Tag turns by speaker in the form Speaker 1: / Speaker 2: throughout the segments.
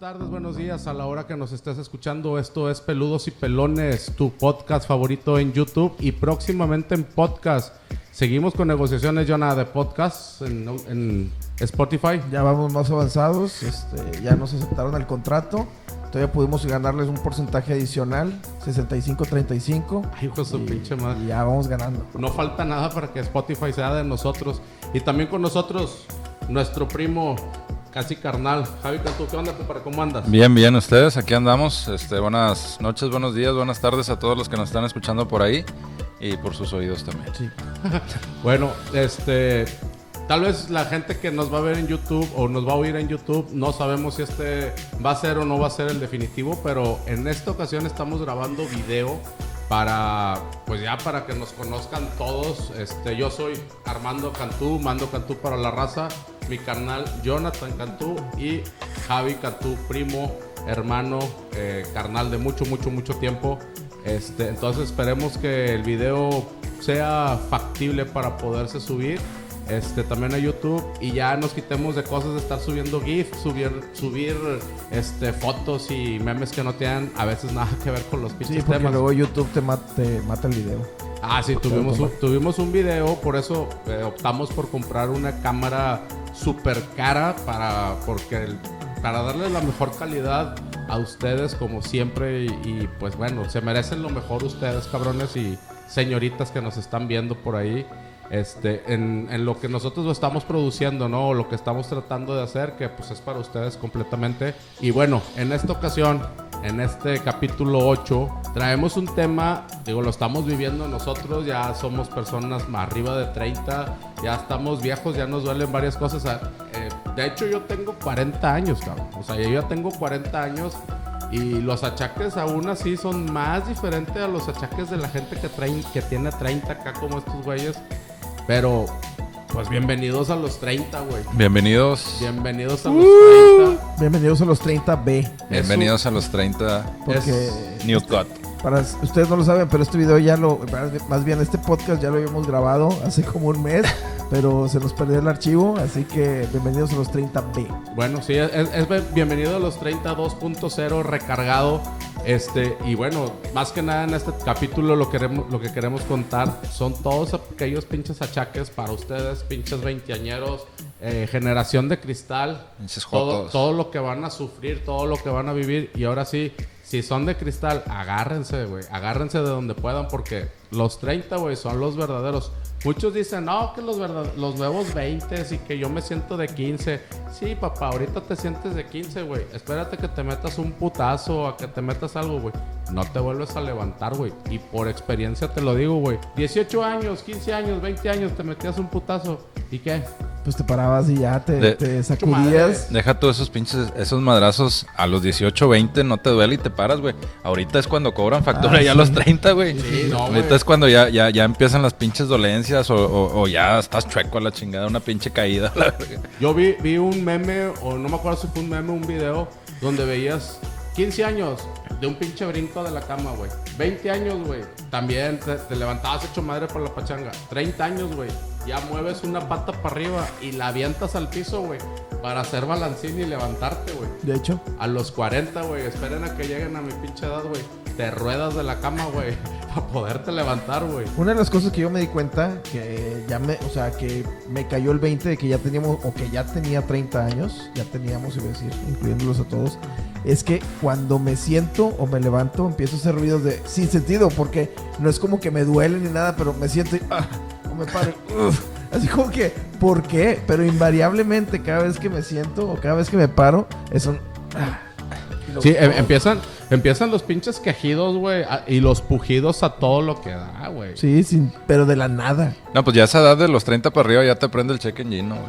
Speaker 1: tardes, buenos días. A la hora que nos estés escuchando, esto es Peludos y Pelones, tu podcast favorito en YouTube y próximamente en podcast. Seguimos con negociaciones, Jonah, de podcast en, en Spotify.
Speaker 2: Ya vamos más avanzados, este, ya nos aceptaron el contrato. Todavía pudimos ganarles un porcentaje adicional, 65-35.
Speaker 1: Ay, hijo de su
Speaker 2: Y-
Speaker 1: pinche madre.
Speaker 2: y ya vamos ganando.
Speaker 1: No falta nada para que Spotify sea de nosotros. Y también con nosotros, nuestro primo, casi carnal, Javi Cantú. ¿Qué onda, compadre? ¿Cómo andas?
Speaker 3: Bien, bien, ustedes, aquí andamos. Este, buenas noches, buenos días, buenas tardes a todos los que nos están escuchando por ahí y por sus oídos también.
Speaker 2: Sí.
Speaker 1: Bueno, este. Tal vez la gente que nos va a ver en YouTube o nos va a oír en YouTube, no sabemos si este va a ser o no va a ser el definitivo, pero en esta ocasión estamos grabando video para, pues ya para que nos conozcan todos. Este, yo soy Armando Cantú, Mando Cantú para la raza, mi carnal Jonathan Cantú y Javi Cantú, primo, hermano, eh, carnal de mucho, mucho, mucho tiempo. Este, entonces esperemos que el video sea factible para poderse subir este, también a YouTube y ya nos quitemos de cosas de estar subiendo GIF, subir, subir este, fotos y memes que no tienen a veces nada que ver con los
Speaker 2: Sí,
Speaker 1: pinches
Speaker 2: porque
Speaker 1: temas.
Speaker 2: luego YouTube te, ma- te mata el video.
Speaker 1: Ah, sí, tuvimos un,
Speaker 2: Toma.
Speaker 1: tuvimos un video, por eso eh, optamos por comprar una cámara super cara para, porque el- para darle la mejor calidad a ustedes como siempre y, y, pues bueno, se merecen lo mejor ustedes, cabrones y señoritas que nos están viendo por ahí. Este, en, en lo que nosotros lo estamos produciendo, ¿no? O Lo que estamos tratando de hacer, que pues es para ustedes completamente. Y bueno, en esta ocasión en este capítulo 8 traemos un tema, digo, lo estamos viviendo nosotros, ya somos personas más arriba de 30, ya estamos viejos, ya nos duelen varias cosas. Ah, eh, de hecho, yo tengo 40 años, cabrón. O sea, yo ya tengo 40 años y los achaques aún así son más diferentes a los achaques de la gente que, traen, que tiene 30 acá como estos güeyes. Pero, pues bienvenidos a los 30, güey.
Speaker 3: Bienvenidos,
Speaker 1: Bienvenidos a los 30.
Speaker 2: Bienvenidos a los 30B.
Speaker 3: bienvenidos a los 30
Speaker 2: Porque
Speaker 1: Es-
Speaker 3: New Cut.
Speaker 2: para ustedes no lo saben, pero este video ya lo, más bien este podcast ya lo habíamos grabado hace como un mes, pero se nos perdió el archivo, así que bienvenidos a los 30B.
Speaker 1: Bueno, sí, es, es be- bienvenido a los 32.0 recargado. Este, y bueno, más que nada en este capítulo lo, queremos, lo que queremos contar son todos aquellos pinches achaques para ustedes, pinches veinteañeros, eh, generación de cristal,
Speaker 3: Pinches
Speaker 1: todo,
Speaker 3: jotos.
Speaker 1: todo lo que van a sufrir, todo lo que van a vivir. Y ahora sí, si son de cristal, agárrense, güey. Agárrense de donde puedan porque los 30, güey, son los verdaderos. Muchos dicen, no, que los, verda- los nuevos 20 y que yo me siento de 15. Sí, papá, ahorita te sientes de 15, güey. Espérate que te metas un putazo, a que te metas algo, güey. No te vuelves a levantar, güey. Y por experiencia te lo digo, güey. 18 años, 15 años, 20 años, te metías un putazo. ¿Y qué?
Speaker 2: Pues te parabas y ya te,
Speaker 3: De-
Speaker 2: te
Speaker 1: madre.
Speaker 2: sacudías.
Speaker 3: Deja tú esos pinches, esos madrazos a los 18, 20, no te duele y te paras, güey. Ahorita es cuando cobran factura
Speaker 2: Ah,
Speaker 3: ya a
Speaker 2: sí.
Speaker 3: los 30, güey.
Speaker 1: Sí, no,
Speaker 3: Ahorita
Speaker 1: güey.
Speaker 3: es cuando ya, ya, ya empiezan las pinches dolencias o, o- o ya estás chueco a la chingada, una pinche caída. la verga.
Speaker 1: Yo vi, vi un meme, o no me acuerdo si fue un meme o un video, donde veías 15 años de un pinche brinco de la cama, güey. 20 años, güey. También te, te levantabas hecho madre por la pachanga. 30 años, güey. Ya mueves una pata para arriba y la avientas al piso, güey. Para hacer balancín y levantarte, güey.
Speaker 2: De hecho,
Speaker 1: A los 40, güey. Esperen a que lleguen a mi pinche edad, güey. Te ruedas de la cama, güey. Para poderte levantar, güey.
Speaker 2: una de las cosas que yo me di cuenta que ya me, o sea, que me cayó el 20 de que ya teníamos o que ya tenía 30 años, ya teníamos, iba a decir, incluyéndolos a todos, es que cuando me siento o me levanto empiezo a hacer ruidos de sin sentido porque no es como que me duele ni nada, pero me siento y, ah, o me paro. y, uf. así como que, ¿por qué? Pero invariablemente cada vez que me siento o cada vez que me paro es un ah.
Speaker 1: Sí, em- empiezan, empiezan los pinches quejidos, güey, a- y los pujidos a todo lo que da, güey.
Speaker 2: Sí, sin, pero de la nada.
Speaker 3: No, pues ya a esa edad de los 30 para arriba ya te prende el check engine, ¿no, güey.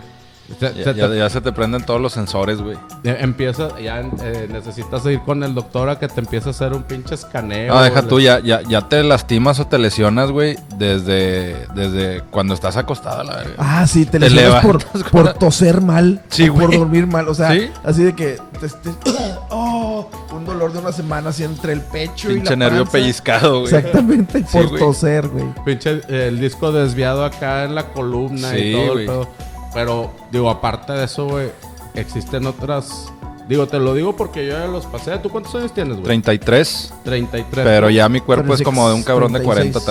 Speaker 1: Se-
Speaker 3: Ya,
Speaker 1: se
Speaker 3: ya-
Speaker 1: te-
Speaker 3: ya se te prenden todos los sensores, güey.
Speaker 1: eh, empieza, ya eh, necesitas ir con el doctor a que te empiece a hacer un pinche escaneo.
Speaker 3: No, Ah, deja
Speaker 1: le-
Speaker 3: tú, ya, ya, ya te lastimas o te lesionas, güey, desde, desde cuando estás acostada, la verga.
Speaker 2: Ah, sí, te,
Speaker 3: Te
Speaker 2: lesionas por,
Speaker 3: levantas con
Speaker 2: por
Speaker 3: la-
Speaker 2: toser mal.
Speaker 3: Sí,
Speaker 2: o Por
Speaker 3: güey.
Speaker 2: dormir mal. O sea,
Speaker 3: Sí.
Speaker 2: así de que. te- te- oh, un dolor de una semana así entre el pecho y la.
Speaker 3: Pinche nervio
Speaker 2: panza.
Speaker 3: pellizcado, güey.
Speaker 2: Exactamente,
Speaker 3: Sí,
Speaker 2: por
Speaker 3: güey.
Speaker 2: toser, güey.
Speaker 1: Pinche eh, el disco desviado acá en la columna y
Speaker 3: Sí,
Speaker 1: todo el
Speaker 3: güey.
Speaker 1: pedo. Pero, digo, aparte de eso, güey, existen otras Digo, te lo digo porque yo ya los pasé. ¿Tú cuántos años tienes, güey?
Speaker 3: 33,
Speaker 1: 33.
Speaker 3: pero ya mi cuerpo es
Speaker 2: 46,
Speaker 3: como de un cabrón de 40
Speaker 2: 36.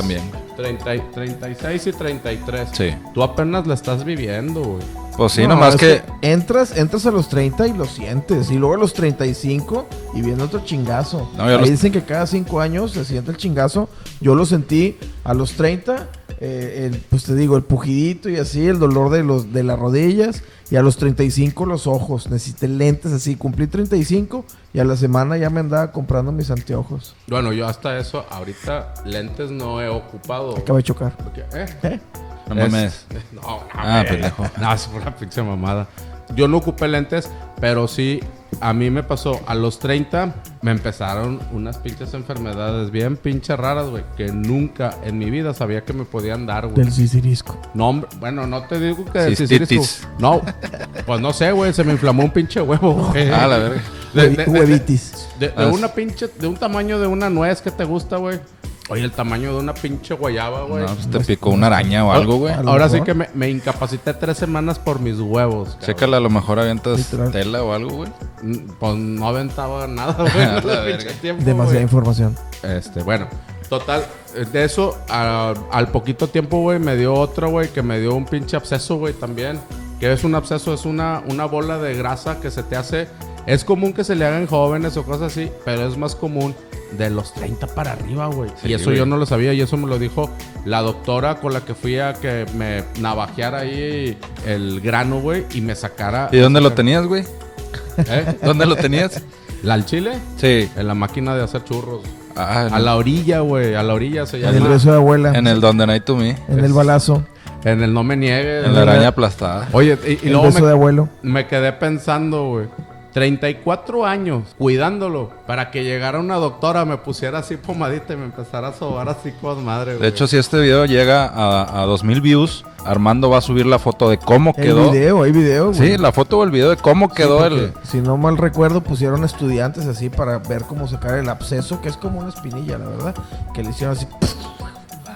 Speaker 3: también.
Speaker 1: 30 36 y 33.
Speaker 3: Sí.
Speaker 1: Tú apenas la estás viviendo, güey.
Speaker 3: Pues sí,
Speaker 2: No,
Speaker 3: nomás
Speaker 2: es
Speaker 3: que...
Speaker 2: Entras, entras a los 30 y lo sientes. Y luego a los 35 y viene otro chingazo.
Speaker 3: No, yo
Speaker 2: Ahí
Speaker 3: los-
Speaker 2: dicen que cada 5 años se siente el chingazo. Yo lo sentí a los 30. eh, el- pues te digo, el pujidito y así, el dolor de, los, de las rodillas. Y a los 35 los ojos. Necesité lentes así. Cumplí 35 y a la semana ya me andaba comprando mis anteojos.
Speaker 1: Bueno, yo hasta eso, ahorita lentes no he ocupado.
Speaker 2: Acaba de chocar.
Speaker 1: Porque, ¿eh?
Speaker 2: ¿Eh?
Speaker 3: No mames.
Speaker 1: Es- No, no,
Speaker 3: Ah,
Speaker 1: güey.
Speaker 3: pendejo.
Speaker 1: No, es una pinche mamada. Yo no ocupé lentes, pero sí, a mí me pasó. A los 30 me empezaron unas pinches enfermedades bien pinche raras, güey. Que nunca en mi vida sabía que me podían dar, güey.
Speaker 2: Del sisirisco.
Speaker 1: No, hombre, bueno, no te digo que del
Speaker 3: Cistitis.
Speaker 1: sisirisco. No, pues no sé, güey. Se me inflamó un pinche huevo. güey.
Speaker 3: Ah, la verga.
Speaker 1: De- de- de-
Speaker 2: Huevitis.
Speaker 1: De, de
Speaker 3: Ah,
Speaker 1: una pinche, de un tamaño de una nuez que te gusta, güey. Oye, el tamaño de una pinche guayaba, güey.
Speaker 3: No, pues te picó una araña o algo, güey.
Speaker 2: A lo
Speaker 1: Ahora sí
Speaker 2: mejor.
Speaker 1: que me, me incapacité tres semanas por mis huevos. cabrón.
Speaker 3: Chécala, a lo mejor avientas
Speaker 2: Literal.
Speaker 3: tela o algo, güey.
Speaker 1: Mm, Pues no aventaba nada, güey.
Speaker 3: A
Speaker 1: en
Speaker 3: la
Speaker 1: el pinche
Speaker 3: verga.
Speaker 1: tiempo,
Speaker 2: Demasiada
Speaker 1: güey.
Speaker 2: información.
Speaker 1: Este, bueno, total. eh, De eso, a- al poquito tiempo, güey, me dio otro, güey, que me dio un pinche absceso, güey, también. Que es un absceso, es una, una bola de grasa que se te hace. Es común que se le hagan jóvenes o cosas así, pero es más común de los 30 para arriba, güey.
Speaker 3: Sí,
Speaker 1: y eso
Speaker 3: güey.
Speaker 1: yo no lo sabía y eso me lo dijo la doctora con la que fui a que me navajeara ahí el grano, güey, y me
Speaker 2: Ah,
Speaker 1: sacara.
Speaker 3: ¿Y dónde lo tenías, güey?
Speaker 1: ¿Eh?
Speaker 3: ¿Dónde lo tenías?
Speaker 1: ¿La al chile?
Speaker 3: Sí.
Speaker 1: En la máquina de hacer churros.
Speaker 3: Ah,
Speaker 1: A la orilla, güey, a la orilla se
Speaker 2: En el
Speaker 1: llama.
Speaker 2: beso de abuela.
Speaker 3: en el Donde Night to Me.
Speaker 2: en el balazo.
Speaker 1: En el no me niegues.
Speaker 3: En la araña aplastada.
Speaker 1: Oye, y, y
Speaker 2: el
Speaker 1: luego
Speaker 2: beso
Speaker 1: me,
Speaker 2: de abuelo.
Speaker 1: me quedé pensando, güey. 34 años cuidándolo para que llegara una doctora, me pusiera así pomadita y me empezara a sobar así con madre, güey.
Speaker 3: De hecho, si este video llega a, a 2000 views, Armando va a subir la foto de cómo quedó.
Speaker 2: El video, hay video, güey.
Speaker 3: Sí, la foto o el video de cómo quedó
Speaker 2: porque,
Speaker 3: el.
Speaker 2: Si no mal recuerdo, pusieron estudiantes así para ver cómo sacar el absceso, que es como una espinilla, la verdad. Que le hicieron así,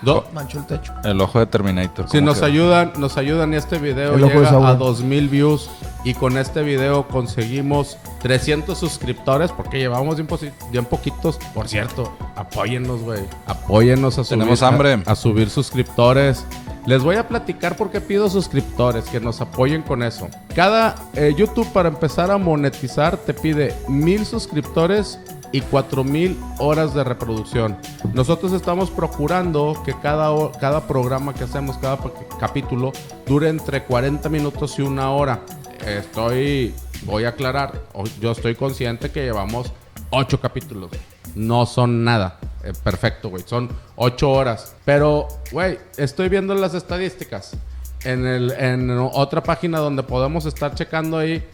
Speaker 1: Do-
Speaker 2: manchó el techo.
Speaker 3: El ojo de Terminator.
Speaker 1: si
Speaker 3: cómo
Speaker 1: nos
Speaker 3: quedó.
Speaker 1: ayudan, nos ayudan y este video
Speaker 2: El ojo de
Speaker 1: llega
Speaker 2: Sauron.
Speaker 1: a 2000 views y con este video conseguimos 300 suscriptores porque llevamos bien, posi- bien poquitos. Por cierto, apóyennos, güey. Apóyennos a subir,
Speaker 3: Tenemos
Speaker 1: a-
Speaker 3: hambre.
Speaker 1: A, subir suscriptores. Les voy a platicar porque pido suscriptores que nos apoyen con eso. Cada eh, YouTube para empezar a monetizar te pide mil suscriptores y 4000 horas de reproducción. Nosotros estamos procurando que cada, ho- cada programa que hacemos, cada pa- capítulo, dure entre 40 minutos y una hora. Estoy, voy a aclarar, o- yo estoy consciente que llevamos 8 capítulos. No son nada. Eh, perfecto, güey. Son 8 horas. Pero, güey, estoy viendo las estadísticas. En, el, en otra página donde podemos estar checando ahí,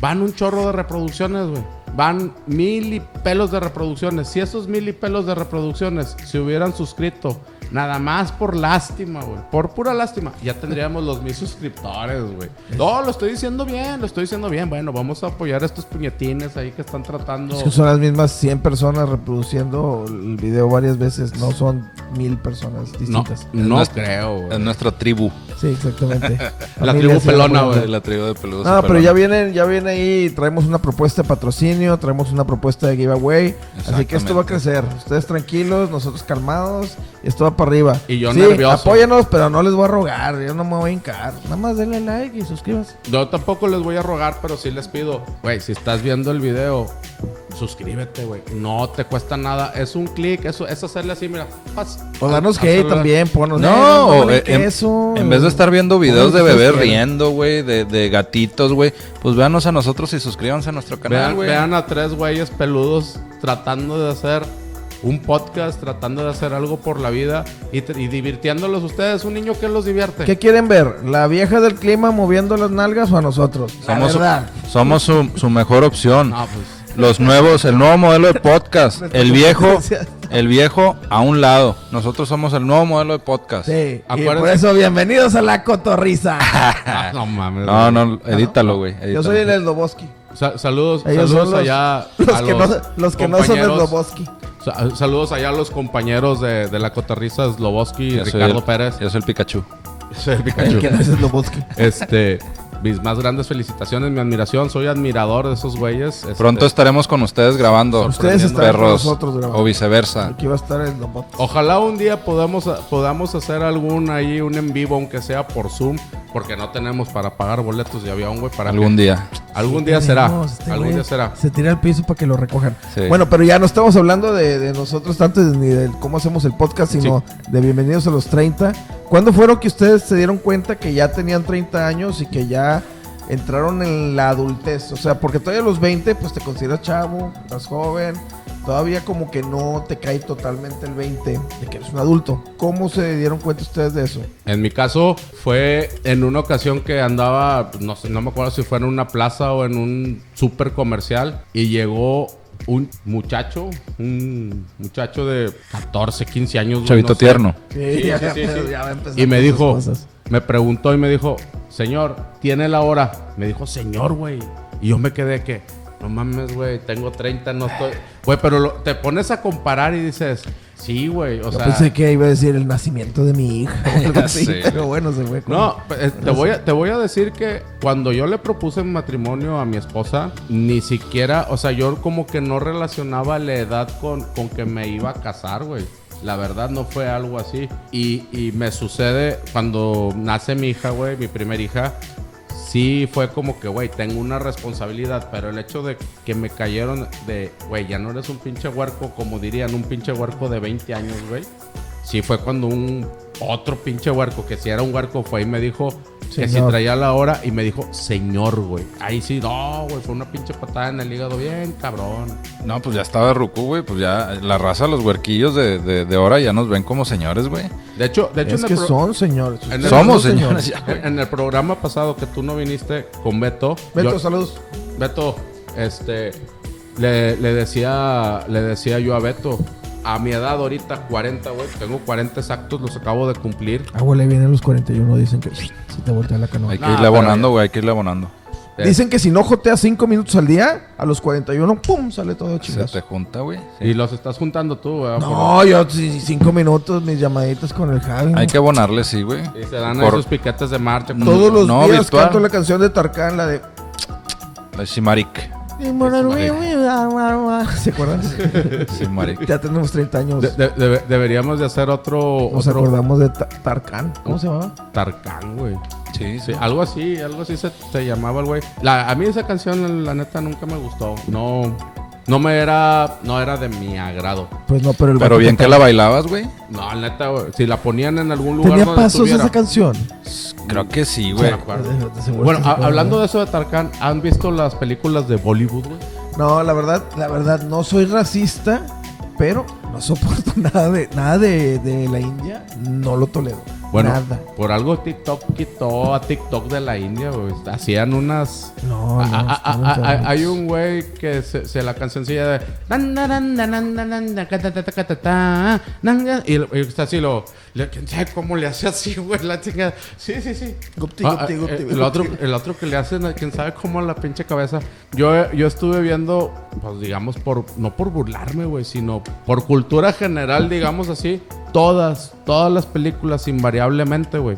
Speaker 1: van un chorro de reproducciones, güey. Van mil y pelos de reproducciones. Si esos mil y pelos de reproducciones se hubieran suscrito, nada más por lástima, güey. Por pura lástima, ya tendríamos los mil suscriptores, güey. No, lo estoy diciendo bien, lo estoy diciendo bien. Bueno, vamos a apoyar a estos puñetines ahí que están tratando.
Speaker 2: Es que son las mismas 100 personas reproduciendo el video varias veces, no son mil personas
Speaker 1: No,
Speaker 2: distintas.
Speaker 1: no
Speaker 3: nuestra-
Speaker 1: creo, güey.
Speaker 3: En nuestra tribu.
Speaker 2: Sí, exactamente.
Speaker 1: La
Speaker 2: Familia
Speaker 1: tribu
Speaker 2: sí,
Speaker 1: pelona,
Speaker 2: abuela.
Speaker 1: güey.
Speaker 3: De la tribu de peludos.
Speaker 2: No, Ah, pero
Speaker 3: superman.
Speaker 2: ya vienen, ya viene ahí, traemos una propuesta de patrocinio, traemos una propuesta de giveaway, así que esto va a
Speaker 3: Exactamente.
Speaker 2: crecer. Ustedes tranquilos, nosotros calmados, y esto va para arriba.
Speaker 1: Y yo nervioso.
Speaker 2: apóyanos, pero no les voy a rogar, yo no me voy a hincar. Nada más denle like y suscríbanse.
Speaker 1: Yo tampoco les voy a rogar, pero sí les pido, güey, si estás viendo el video, suscríbete, güey. No te cuesta nada. Es un clic, eso es hacerle así, mira. Pas,
Speaker 2: O danos
Speaker 1: Hazle-
Speaker 2: hate también, ponos.
Speaker 3: Ah, No,
Speaker 2: "Eh,
Speaker 3: o,
Speaker 2: ponen
Speaker 3: eh, en,
Speaker 2: queso".
Speaker 3: en vez de estar viendo videos de
Speaker 2: Ponen lo que
Speaker 3: bebés
Speaker 2: ustedes quieran.
Speaker 3: riendo, güey, de, de gatitos, güey, pues véanos a nosotros y suscríbanse a nuestro canal,
Speaker 1: Vean,
Speaker 3: güey.
Speaker 1: vean a tres güeyes peludos tratando de hacer un podcast, tratando de hacer algo por la vida y, te- y divirtiéndolos ustedes. Un niño que los divierte.
Speaker 2: ¿Qué quieren ver? ¿La vieja del clima moviendo las nalgas o a nosotros? La
Speaker 3: Somos,
Speaker 2: verdad.
Speaker 3: somos su, su mejor opción.
Speaker 1: No, pues.
Speaker 3: Los nuevos, el nuevo modelo de podcast. El viejo,
Speaker 2: competencia.
Speaker 3: el viejo a un lado. Nosotros somos el nuevo modelo de podcast.
Speaker 2: Sí, y por
Speaker 1: Acuérdense-
Speaker 2: eso, bienvenidos a la cotorriza.
Speaker 1: Ah, no mames.
Speaker 3: No,
Speaker 1: güey.
Speaker 3: no, edítalo, güey. edítalo.
Speaker 2: Yo soy el Eldoboski.
Speaker 1: Sa- saludos,
Speaker 2: Ellos
Speaker 1: saludos
Speaker 2: son los-
Speaker 1: allá.
Speaker 2: Los
Speaker 1: a
Speaker 2: que, no, los que no son
Speaker 1: compañeros.
Speaker 2: Sloboski.
Speaker 1: Sa- saludos allá a los compañeros de, de la cotorriza Sloboski y
Speaker 3: Yo soy
Speaker 1: Ricardo
Speaker 3: el-
Speaker 1: Pérez.
Speaker 3: Este, Yo soy el Pikachu.
Speaker 1: Soy el
Speaker 2: El
Speaker 1: Pikachu.
Speaker 2: que no es Sloboski.
Speaker 1: Este, mis más grandes felicitaciones, mi admiración. Soy admirador de esos güeyes. este,
Speaker 3: Pronto estaremos con ustedes grabando.
Speaker 2: Ustedes
Speaker 3: sorprendiendo
Speaker 2: estarán con
Speaker 3: perros,
Speaker 2: nosotros grabando.
Speaker 3: O viceversa.
Speaker 2: Aquí va a estar el Loboto.
Speaker 1: Ojalá un día podamos, podamos hacer algún ahí, un en vivo, aunque sea por Zoom, porque no tenemos para pagar boletos de avión, güey. Para
Speaker 3: Algún
Speaker 1: que-
Speaker 3: día.
Speaker 1: Algún día será.
Speaker 4: Tenemos, este
Speaker 1: algún
Speaker 4: güey
Speaker 1: día será.
Speaker 4: Se tira al piso para que lo recojan.
Speaker 3: Sí.
Speaker 2: Bueno, pero ya no estamos hablando de, de nosotros tanto ni de cómo hacemos el podcast, sino de bienvenidos a los 30. ¿Cuándo fueron que ustedes se dieron cuenta que ya tenían 30 años y que ya entraron en la adultez? O sea, porque todavía a los 20 pues te consideras chavo, estás joven, todavía como que no te cae totalmente el 20 de que eres un adulto. ¿Cómo se dieron cuenta ustedes de eso?
Speaker 1: En mi caso fue en una ocasión que andaba, no sé, no me acuerdo si fue en una plaza o en un súper comercial y llegó un muchacho, un muchacho de 14, 15 años. güey,
Speaker 3: Chavito
Speaker 1: no sé.
Speaker 3: tierno.
Speaker 1: Sí, sí, sí, sí.
Speaker 2: pero ya va a empezar
Speaker 1: Y me
Speaker 2: con sus
Speaker 1: dijo,
Speaker 2: cosas.
Speaker 1: me preguntó y me dijo, señor, ¿tiene la hora? Me dijo, señor, güey. Y yo me quedé que, no mames, güey, tengo 30, no estoy... Güey, pero lo- te pones a comparar y dices, sí, güey, o
Speaker 2: Yo
Speaker 1: sea...
Speaker 2: pensé que iba a decir el nacimiento de mi hija o algo
Speaker 3: Ya
Speaker 2: así,
Speaker 3: sé.
Speaker 2: pero bueno, se fue. con-
Speaker 1: No, pe- eh, te voy, a, te voy a decir que cuando yo le propuse matrimonio a mi esposa, ni siquiera, o sea, yo como que no relacionaba la edad con, con que me iba a casar, güey. La verdad no fue algo así. Y, y me sucede cuando nace mi hija, güey, mi primera hija, sí fue como que, güey, tengo una responsabilidad, pero el hecho de que me cayeron de, güey, ya no eres un pinche huerco, como dirían, un pinche huerco de 20 años, güey. Sí fue cuando un otro pinche huerco, que si era un huerco, fue y me dijo que si
Speaker 2: Señor.
Speaker 1: traía la hora y me dijo, señor, güey. Ahí sí, no, güey, fue una pinche patada en el hígado, bien cabrón.
Speaker 3: No, pues ya estaba Ruku, güey. Pues ya la raza, los huerquillos de, de, de ahora ya nos ven como señores, güey.
Speaker 1: De hecho, de hecho
Speaker 2: es
Speaker 1: en el
Speaker 2: que
Speaker 1: pro-
Speaker 2: son señores.
Speaker 1: en el-
Speaker 3: Somos señores ya, güey.
Speaker 1: En en el programa pasado que tú no viniste con Beto,
Speaker 2: Beto,
Speaker 1: yo-
Speaker 2: saludos.
Speaker 1: Beto, este, le, le decía, le decía yo a Beto, a mi edad ahorita, 40, güey, tengo 40 exactos, los acabo de cumplir.
Speaker 4: Ah, huele bien a los 41. Dicen que si te voltea la canoa.
Speaker 3: Hay que
Speaker 1: No,
Speaker 3: irle
Speaker 1: pero
Speaker 3: abonando,
Speaker 1: ya-
Speaker 3: güey. Hay que irle abonando.
Speaker 1: Eh,
Speaker 2: Dicen que si no joteas 5 minutos al día, a los 41, ¡pum! sale todo
Speaker 3: Se
Speaker 2: chingado.
Speaker 3: te junta, güey. Sí.
Speaker 1: Eh, Y los estás juntando tú, güey. por-
Speaker 2: No, yo 5 minutos, mis llamaditas con el Javi. ¿no?
Speaker 3: Hay que abonarle, sí, güey.
Speaker 1: Y se dan
Speaker 3: Por-
Speaker 1: esos piquetes de marcha.
Speaker 2: Todos los
Speaker 3: No,
Speaker 2: días
Speaker 3: virtual.
Speaker 2: canto la canción de Tarkan, la de.
Speaker 3: Eh, Simarik.
Speaker 2: ¿Se acuerdan?
Speaker 3: Simarik.
Speaker 2: ya tenemos 30 años.
Speaker 1: De- de- debe- deberíamos de hacer otro,
Speaker 2: Nos
Speaker 1: otro
Speaker 2: acordamos de Ta- Tarkan. ¿Cómo se llamaba?
Speaker 1: Tarkan, güey.
Speaker 3: Sí, sí.
Speaker 1: Sí, algo así, algo así se, se llamaba el güey. La- A mí esa canción, la neta, nunca me gustó. No, no me era, no era de mi agrado.
Speaker 4: Pues no, pero el
Speaker 3: Pero
Speaker 4: vato
Speaker 3: bien que
Speaker 4: cantaba.
Speaker 3: la bailabas, güey.
Speaker 1: No, la neta, güey, si la ponían en algún lugar
Speaker 4: Tenía
Speaker 1: donde
Speaker 4: pasos
Speaker 1: estuviera.
Speaker 4: esa canción.
Speaker 3: Creo que sí,
Speaker 1: No me
Speaker 3: güey.
Speaker 1: acuerdo.
Speaker 4: De- de- seguro
Speaker 1: Bueno,
Speaker 4: que se
Speaker 1: a-
Speaker 4: acuerda.
Speaker 1: hablando de eso de Tarkan, ¿han visto las películas de Bollywood, güey?
Speaker 2: No, la verdad, la verdad, no soy racista, pero no soporto nada de, nada de, de la India. No lo tolero.
Speaker 1: Bueno,
Speaker 2: Nada.
Speaker 1: por algo TikTok quitó a TikTok de la India, güey. Hacían unas...
Speaker 4: No,
Speaker 1: Ah,
Speaker 4: no,
Speaker 1: ah, ah,
Speaker 4: están
Speaker 1: ah, ah,
Speaker 4: enfermos.
Speaker 1: hay un güey que se, se la cancioncilla de "Dan, dan, dan, dan, dan, dan, dan, da, ca, ta, ta, ta, ca, ta, ta, nan, gan", y, lo- y está así lo le- quién sabe cómo le hace así güey la chingada sí sí sí
Speaker 2: Gupti,
Speaker 1: Ah, ah,
Speaker 2: gupti, gupti,
Speaker 1: eh,
Speaker 2: gupti.
Speaker 1: el otro el otro que le hacen a quién sabe cómo a la pinche cabeza yo yo estuve viendo pues digamos por no por burlarme güey sino por cultura general digamos así todas todas las películas invariablemente güey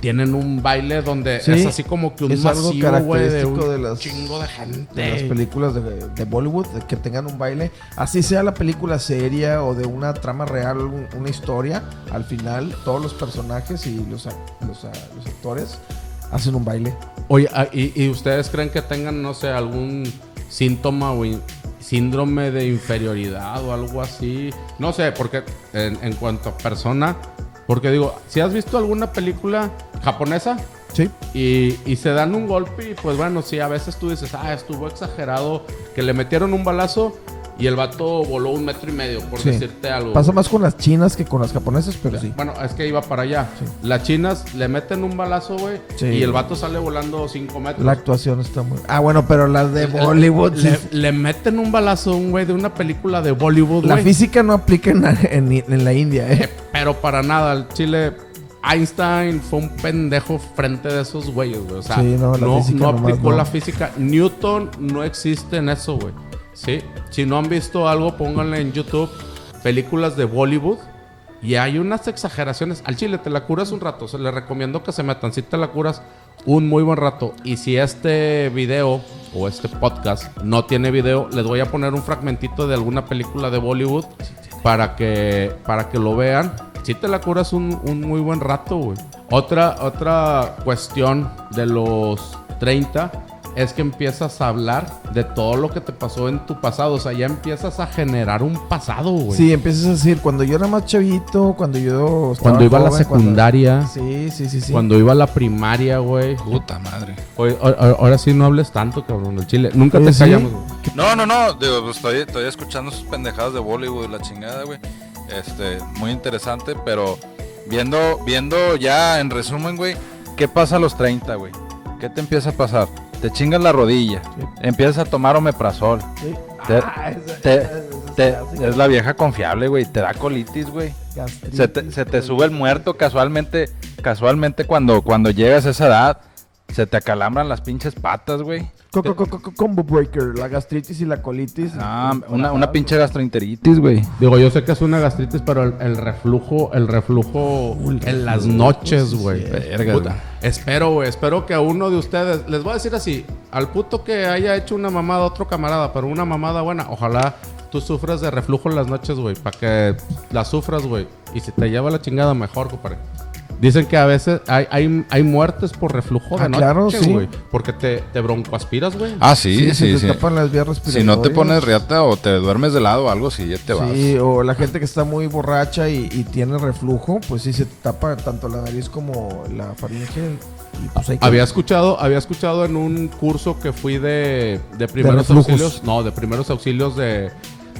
Speaker 1: tienen un baile donde
Speaker 2: Sí,
Speaker 1: es así como que un
Speaker 2: es algo
Speaker 1: masivo, güey, de,
Speaker 2: característico
Speaker 1: un
Speaker 2: de las-
Speaker 1: chingo de gente
Speaker 2: de las películas de, de Bollywood de que tengan un baile, así sea la película seria o de una trama real, un- una historia, al final todos los personajes y los, ac- los, ah, los actores hacen un baile.
Speaker 1: Oye, ah, ¿y, y ustedes creen que tengan, no sé, algún síntoma o in- síndrome de inferioridad o algo así? No sé, porque en, en cuanto a persona, porque digo, si has visto alguna película japonesa
Speaker 2: Sí.
Speaker 1: y, y se dan un golpe, y pues bueno, sí, a veces tú dices, ah, estuvo exagerado, que le metieron un balazo y el vato voló un metro y medio, por
Speaker 2: Sí.
Speaker 1: decirte algo.
Speaker 2: Pasa más con las chinas que con las japonesas, pero sí.
Speaker 1: Bueno, es que iba para allá. Las chinas le meten un balazo, güey,
Speaker 2: Sí.
Speaker 1: y el vato sale volando 5 metros.
Speaker 2: La actuación está muy... Ah, bueno, pero las de Bollywood... sí.
Speaker 1: Le, le meten un balazo a un güey de una película de Bollywood,
Speaker 2: la
Speaker 1: güey.
Speaker 2: física no aplica en, en- en la India, ¿eh?
Speaker 1: Pero para nada, el Chile. Einstein fue un pendejo frente de esos güeyes, güey. O sea,
Speaker 2: Sí, no,
Speaker 1: no,
Speaker 2: la física
Speaker 1: no
Speaker 2: nomás
Speaker 1: aplicó
Speaker 2: no.
Speaker 1: la física. Newton no existe en eso, güey. ¿Sí? Si no han visto algo, pónganle en YouTube películas de Bollywood Y hay unas exageraciones. Al chile te la curas un rato. Se les recomiendo que se metan. Si te la curas un muy buen rato. Y si este video o este podcast no tiene video, les voy a poner un fragmentito de alguna película de Bollywood para que, para que lo vean. Si te la curas un, un muy buen rato, güey. Otra, otra cuestión de los 30 es que empiezas a hablar de todo lo que te pasó en tu pasado. O sea, ya empiezas a generar un pasado, güey.
Speaker 2: Sí, empiezas a decir, cuando yo era más chavito, cuando yo... estaba
Speaker 1: Cuando iba a la
Speaker 2: joven, cuando-
Speaker 1: secundaria.
Speaker 2: Sí, sí, sí, sí.
Speaker 1: Cuando iba a la primaria, güey.
Speaker 3: Puta madre.
Speaker 1: Oye, o- o- ahora sí no hables tanto, cabrón. El chile. Nunca
Speaker 4: Oye,
Speaker 1: te
Speaker 4: sí.
Speaker 1: callamos, güey.
Speaker 3: No, no, no. Digo, pues, estoy, estoy escuchando sus pendejadas de Bollywood y la chingada, güey. Este, muy interesante, pero viendo, viendo ya en resumen, güey, ¿qué pasa a los 30, güey? ¿Qué te empieza a pasar? Te chingas la rodilla,
Speaker 2: Sí.
Speaker 3: empiezas a tomar omeprazol,
Speaker 2: Sí.
Speaker 3: Te-
Speaker 2: Ah, esa-
Speaker 3: te-
Speaker 2: esa- esa-
Speaker 3: te-
Speaker 2: esa-
Speaker 3: es la vieja confiable, güey, te da colitis, güey.
Speaker 2: gastritis,
Speaker 3: Se te, se te sube el muerto casualmente, casualmente cuando, cuando llegas a esa edad, se te acalambran las pinches patas, güey.
Speaker 2: Co- co- co- co- combo breaker, la gastritis y la colitis.
Speaker 3: Ah, una, una pinche gastroenteritis, güey.
Speaker 1: Digo, yo sé que es una gastritis, pero el, el reflujo, el reflujo en las noches, güey.
Speaker 3: Verga,
Speaker 1: Puta,
Speaker 3: güey.
Speaker 1: Espero, güey, espero que a uno de ustedes, les voy a decir así, al puto que haya hecho una mamada a otro camarada, pero una mamada buena, ojalá tú sufras de reflujo en las noches, güey, para que la sufras, güey. Y si te lleva la chingada, mejor, compadre. Dicen que a veces hay, hay, hay muertes por reflujo de
Speaker 2: Ah,
Speaker 1: noche,
Speaker 2: claro, sí.
Speaker 1: güey. Porque te, te broncoaspiras, güey.
Speaker 3: Ah, sí,
Speaker 2: Sí, se
Speaker 3: sí,
Speaker 2: te
Speaker 3: sí.
Speaker 2: tapan las vías
Speaker 3: Si no te
Speaker 2: respiratorias.
Speaker 3: pones riata o te duermes de lado o algo, sí, ya te vas.
Speaker 2: Sí, o la gente que está muy borracha y, y tiene reflujo, pues sí se te tapa tanto la nariz como la faringe. Y pues hay que-
Speaker 1: Había escuchado, había escuchado en un curso que fui de, de primeros
Speaker 2: reflujos.
Speaker 1: auxilios. No, de primeros auxilios de,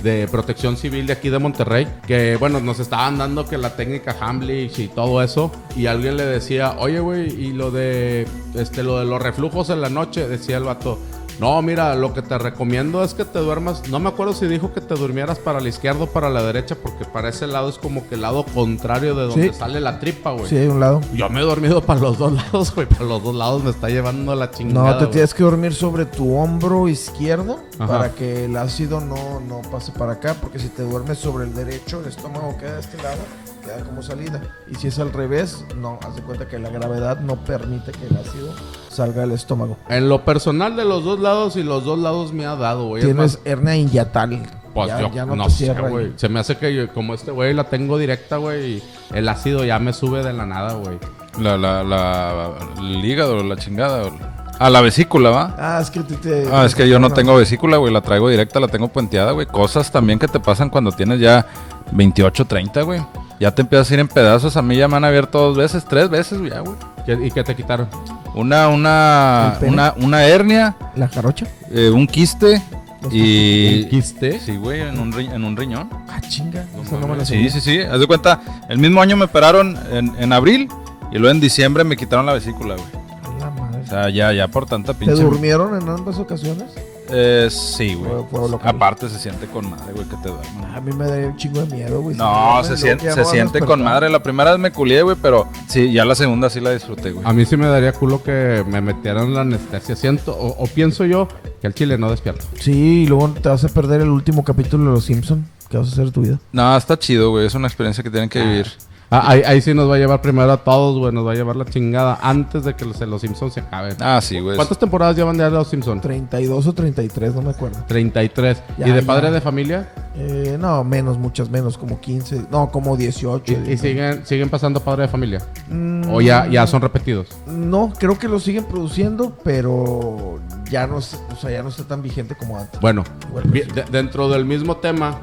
Speaker 1: de protección civil de aquí de Monterrey. Que bueno, nos estaban dando que la técnica Hamlich y todo eso. Y alguien le decía, oye, güey, y lo de este, lo de los reflujos en la noche, decía el vato. No, mira, lo que te recomiendo es que te duermas. No me acuerdo si dijo que te durmieras para la izquierda o para la derecha, porque para ese lado es como que el lado contrario de donde
Speaker 2: Sí.
Speaker 1: sale la tripa, güey.
Speaker 2: Sí, hay un lado.
Speaker 1: Yo me he dormido para los dos lados, güey. Para los dos lados me está llevando la
Speaker 2: No,
Speaker 1: chingada.
Speaker 2: te
Speaker 1: güey.
Speaker 2: tienes que dormir sobre tu hombro izquierdo
Speaker 1: Ajá.
Speaker 2: para que el ácido no, no pase para acá, porque si te duermes sobre el derecho, el estómago queda de este lado, queda como salida. Y si es al revés, no, haz de cuenta que la gravedad no permite que el ácido salga del estómago.
Speaker 1: En lo personal de los dos lados y los dos lados me ha dado, güey. Es
Speaker 2: Tienes
Speaker 1: más,
Speaker 2: hernia inyatal.
Speaker 1: pues,
Speaker 2: ya,
Speaker 1: yo
Speaker 2: ya no,
Speaker 1: no
Speaker 2: te
Speaker 1: sé,
Speaker 2: cierra.
Speaker 1: güey. Se me hace que yo- como este güey la tengo directa, güey. y El ácido ya me sube de la nada, güey.
Speaker 3: La, la, la, el hígado, la chingada. A la vesícula, ¿va?
Speaker 2: Ah, es que tú te.
Speaker 3: Ah, es que yo no tengo vesícula, güey. La traigo directa, la tengo puenteada, güey. Cosas también que te pasan cuando tienes ya 28, 30, güey. Ya te empiezas a ir en pedazos. A mí ya me han abierto dos veces, tres veces, ya, güey.
Speaker 1: ¿Qué- ¿Y qué te quitaron?
Speaker 3: Una, una,
Speaker 2: ¿El pene?
Speaker 3: una, una hernia,
Speaker 2: ¿La jarocha?
Speaker 3: eh, un quiste
Speaker 1: ¿El
Speaker 3: y...
Speaker 1: quiste?
Speaker 3: Sí, güey, en un, ri- en un riñón.
Speaker 2: Ah, chinga. esa no me la
Speaker 3: Sí,
Speaker 2: sabía.
Speaker 3: sí, sí. Haz de cuenta, el mismo año me operaron en, en abril y luego en diciembre me quitaron la vesícula, güey.
Speaker 2: A Ah, la madre.
Speaker 3: O sea, ya, ya por tanta
Speaker 2: ¿Te
Speaker 3: pinche.
Speaker 2: durmieron en ambas ocasiones?
Speaker 3: Eh, sí, güey.
Speaker 2: Fue- fue local.
Speaker 3: Aparte se siente con madre, güey, que te duerman.
Speaker 2: Ah, A mí me daría un chingo de miedo, güey.
Speaker 3: No, se
Speaker 2: me-
Speaker 3: siente,
Speaker 2: ya
Speaker 3: se
Speaker 2: me van a
Speaker 3: siente
Speaker 2: despertar.
Speaker 3: con madre. La primera vez me culié, güey, pero sí, ya la segunda sí la disfruté, güey.
Speaker 1: A mí sí me daría culo que me metieran la anestesia. Siento, o, o pienso yo, que el chile no despierto.
Speaker 2: Sí, y luego te vas a perder el último capítulo de Los Simpson. ¿Qué vas a hacer de tu vida?
Speaker 3: No, está chido, güey. Es una experiencia que tienen que vivir.
Speaker 1: Ah, ahí, ahí sí nos va a llevar primero a todos, güey. Nos va a llevar la chingada antes de que los, los Simpsons se acaben.
Speaker 3: Ah, sí, güey.
Speaker 1: ¿Cuántas temporadas llevan de los Simpsons?
Speaker 2: 32 o 33, no me acuerdo.
Speaker 1: 33.
Speaker 2: Ya,
Speaker 1: ¿Y de
Speaker 2: ya.
Speaker 1: padre de familia?
Speaker 2: Eh, no, menos, muchas menos, como 15. No, como 18.
Speaker 1: ¿Y, y
Speaker 2: digo.
Speaker 1: siguen, siguen pasando padre de familia?
Speaker 2: Mm,
Speaker 1: ¿O ya, ya son repetidos?
Speaker 2: No, creo que lo siguen produciendo, pero ya no, es- o sea, ya no está tan vigente como antes.
Speaker 1: Bueno,
Speaker 2: Bueno,
Speaker 1: vi-
Speaker 2: sí.
Speaker 1: de- dentro del mismo tema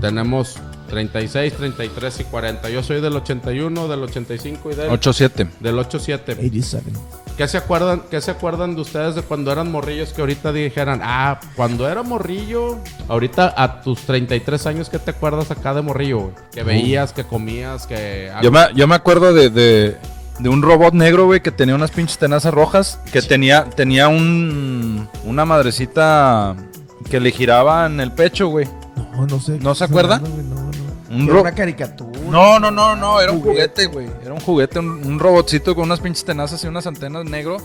Speaker 1: tenemos 36, 33 y 40. Yo soy del 81, del 85 y del,
Speaker 3: 8-7.
Speaker 1: del 87.
Speaker 2: 87.
Speaker 1: ¿Qué se, acuerdan, ¿Qué se acuerdan de ustedes de cuando eran morrillos que ahorita dijeran, ah, cuando era morrillo, ahorita a tus 33 años, ¿qué te acuerdas acá de morrillo? güey? Que veías, que comías, que...
Speaker 3: Yo me, yo me acuerdo de, de- de un robot negro, güey, que tenía unas pinches tenazas rojas, que tenía, tenía un, una madrecita que le giraba en el pecho, güey.
Speaker 2: No, no sé.
Speaker 3: ¿No se acuerda?
Speaker 2: No, güey, no, no.
Speaker 3: Un
Speaker 2: Era
Speaker 3: ro-
Speaker 2: una caricatura.
Speaker 3: No, no, no, no, era un
Speaker 2: Juguete.
Speaker 3: juguete, güey. Era un juguete, un, un robotcito con unas pinches tenazas y unas antenas negro,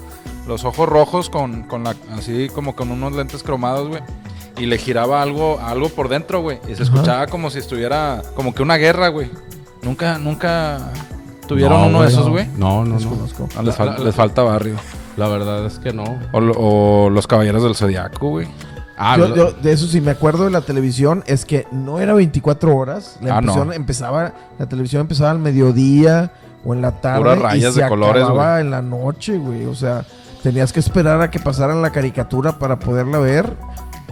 Speaker 3: los ojos rojos con, con la, así como con unos lentes cromados, güey. Y le giraba algo, algo por dentro, güey. Y se escuchaba como si estuviera, como que una guerra, güey. Nunca, nunca tuvieron
Speaker 1: No,
Speaker 3: uno
Speaker 1: güey,
Speaker 3: de esos,
Speaker 1: no.
Speaker 3: güey.
Speaker 1: No, no, no.
Speaker 4: Desconozco.
Speaker 3: Ah, les,
Speaker 1: La-
Speaker 3: fal-
Speaker 1: la-
Speaker 3: les falta barrio.
Speaker 1: La verdad es que no.
Speaker 3: O, lo- o los caballeros del zodiaco, güey.
Speaker 1: Ah,
Speaker 2: Yo-
Speaker 1: la-
Speaker 2: yo de eso sí me acuerdo de la televisión, es que no era 24 horas. La,
Speaker 3: Ah, no.
Speaker 2: emisión empezaba, la televisión empezaba al mediodía o en la tarde.
Speaker 3: Puras rayas
Speaker 2: y se
Speaker 3: de colores,
Speaker 2: acababa en la noche, güey. O sea, tenías que esperar a que pasaran la caricatura para poderla ver.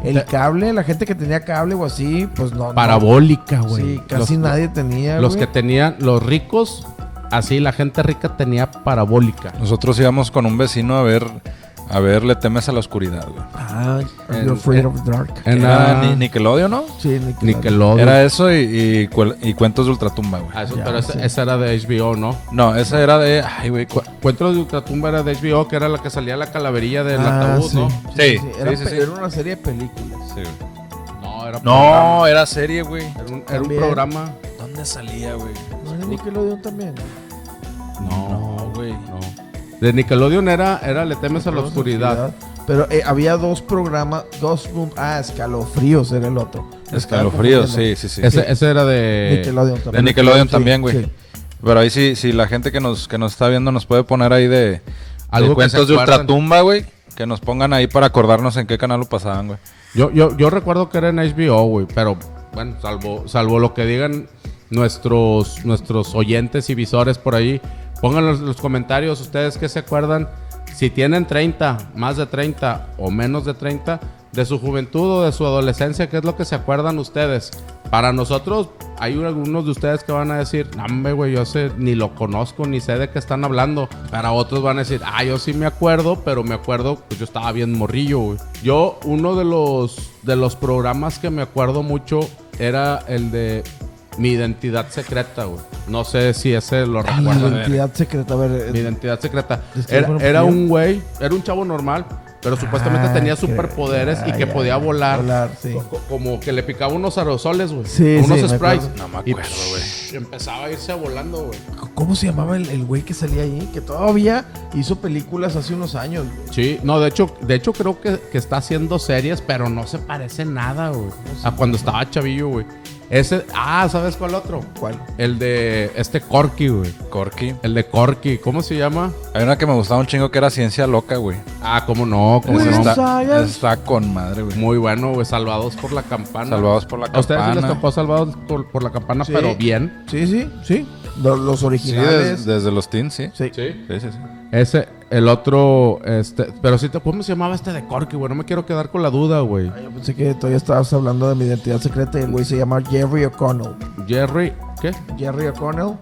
Speaker 2: El
Speaker 1: Te-
Speaker 2: cable, la gente que tenía cable o así, pues no. no.
Speaker 1: parabólica, güey.
Speaker 2: Sí, casi
Speaker 1: Los-
Speaker 2: nadie tenía.
Speaker 1: Los
Speaker 2: güey.
Speaker 1: que tenían, los ricos, así la gente rica tenía parabólica.
Speaker 3: Nosotros íbamos con un vecino a ver, a ver, le temes a la oscuridad, güey.
Speaker 2: Ah,
Speaker 1: en-
Speaker 2: you're afraid
Speaker 1: en-
Speaker 2: of dark.
Speaker 1: En
Speaker 3: Era
Speaker 1: la
Speaker 3: Ni- Nickelodeon, ¿no?
Speaker 2: Sí, ni que-
Speaker 1: Nickelodeon.
Speaker 3: Era eso y, y cuel- y cuentos de ultratumba, güey.
Speaker 1: Ah, eso,
Speaker 2: Ya,
Speaker 1: pero esa,
Speaker 2: sí.
Speaker 1: esa era de HBO, ¿no?
Speaker 3: No, esa era de. Ay, güey. cu-
Speaker 1: Cuentos de Ultratumba era de HBO, que era la que salía la calaverilla del
Speaker 2: Ah,
Speaker 1: ataúd,
Speaker 2: sí.
Speaker 1: ¿no?
Speaker 3: Sí,
Speaker 2: Era,
Speaker 3: sí, sí,
Speaker 2: pe-
Speaker 3: sí.
Speaker 2: era una serie de películas.
Speaker 1: No, era programa.
Speaker 3: No, era serie, güey.
Speaker 1: Era un, era un
Speaker 2: También.
Speaker 1: programa.
Speaker 3: ¿Dónde salía, güey?
Speaker 2: No era Nickelodeon también.
Speaker 1: No,
Speaker 3: güey.
Speaker 1: no. De Nickelodeon era, era Le temes a la oscuridad.
Speaker 2: Pero eh, había dos programas, dos boom- Ah, escalofríos era el otro.
Speaker 3: Escalofríos, sí, sí, sí.
Speaker 1: Ese, ese era de...
Speaker 2: Nickelodeon
Speaker 3: De
Speaker 2: también.
Speaker 3: Nickelodeon
Speaker 2: Sí,
Speaker 3: también, güey.
Speaker 2: sí.
Speaker 3: Pero ahí sí, sí, la gente que nos, que nos está viendo nos puede poner ahí de,
Speaker 1: Algo
Speaker 3: de
Speaker 1: que
Speaker 3: cuentos
Speaker 1: se
Speaker 3: de
Speaker 1: acuerdan.
Speaker 3: ultratumba, güey. Que nos pongan ahí para acordarnos en qué canal lo pasaban, güey.
Speaker 1: Yo, yo, yo recuerdo que era en HBO, güey, pero bueno, salvo, salvo lo que digan nuestros, nuestros oyentes y visores por ahí, pónganlo en los comentarios ustedes que se acuerdan, si tienen 30, más de 30 o menos de 30, de su juventud o de su adolescencia, ¿qué es lo que se acuerdan ustedes? Para nosotros, hay un- algunos de ustedes que van a decir, hombre, güey, yo sé, ni lo conozco, ni sé de qué están hablando. Para otros van a decir, ah, yo sí me acuerdo, pero me acuerdo, pues yo estaba bien morrillo, güey. Yo, uno de los, de los programas que me acuerdo mucho era el de Mi Identidad Secreta, güey. No sé si ese lo
Speaker 2: Ah, La
Speaker 1: recuerdan.
Speaker 2: identidad secreta. A ver,
Speaker 1: Mi
Speaker 2: eh,
Speaker 1: identidad secreta.
Speaker 2: Describe
Speaker 1: Era,
Speaker 2: por
Speaker 1: era
Speaker 2: favor.
Speaker 1: un güey, era un chavo normal, pero supuestamente
Speaker 2: ah,
Speaker 1: tenía
Speaker 2: que-
Speaker 1: superpoderes y
Speaker 2: ah,
Speaker 1: que
Speaker 2: ya,
Speaker 1: podía
Speaker 2: ya,
Speaker 1: volar.
Speaker 2: sí.
Speaker 1: co- co- Como que le picaba unos aerosoles, güey.
Speaker 2: Sí,
Speaker 1: unos
Speaker 2: sí, me
Speaker 1: sprites.
Speaker 2: acuerdo.
Speaker 3: No me
Speaker 1: Y
Speaker 3: acuerdo, güey.
Speaker 1: psh, empezaba a irse volando, güey.
Speaker 2: ¿Cómo se llamaba el, el güey que salía ahí? Que todavía hizo películas hace unos años. güey.
Speaker 1: Sí, no, de hecho, de hecho creo que, que está haciendo series, pero no se parece nada, güey. A cuando estaba chavillo, güey. Ese, ah, ¿sabes cuál otro?
Speaker 2: ¿Cuál?
Speaker 1: El de este Corky, güey.
Speaker 3: Corky.
Speaker 1: El de Corky, ¿cómo se llama?
Speaker 3: Hay una que me gustaba un chingo que era Ciencia Loca, güey.
Speaker 1: Ah, cómo no, cómo
Speaker 3: Esa
Speaker 2: Weird
Speaker 1: no.
Speaker 3: Está,
Speaker 2: Science.
Speaker 3: está con madre, güey.
Speaker 1: Muy bueno, güey. Salvados por la campana.
Speaker 3: Salvados por la
Speaker 1: A ustedes sí les
Speaker 3: campana.
Speaker 1: tocó salvados por, por la campana,
Speaker 2: Sí.
Speaker 1: pero bien.
Speaker 2: Sí, sí, sí. Los, los
Speaker 3: Sí,
Speaker 2: originales.
Speaker 3: des- desde los teens, sí.
Speaker 2: Sí.
Speaker 1: Sí.
Speaker 3: Sí, sí, sí.
Speaker 1: Ese, el otro, este, pero sí, te- ¿cómo se llamaba este de Corky, güey? No me quiero quedar con la duda, güey.
Speaker 2: Ah, Yo pensé que todavía estabas hablando de mi identidad secreta y el güey se llama Jerry O'Connell.
Speaker 1: Jerry, ¿qué?
Speaker 2: Jerry O'Connell.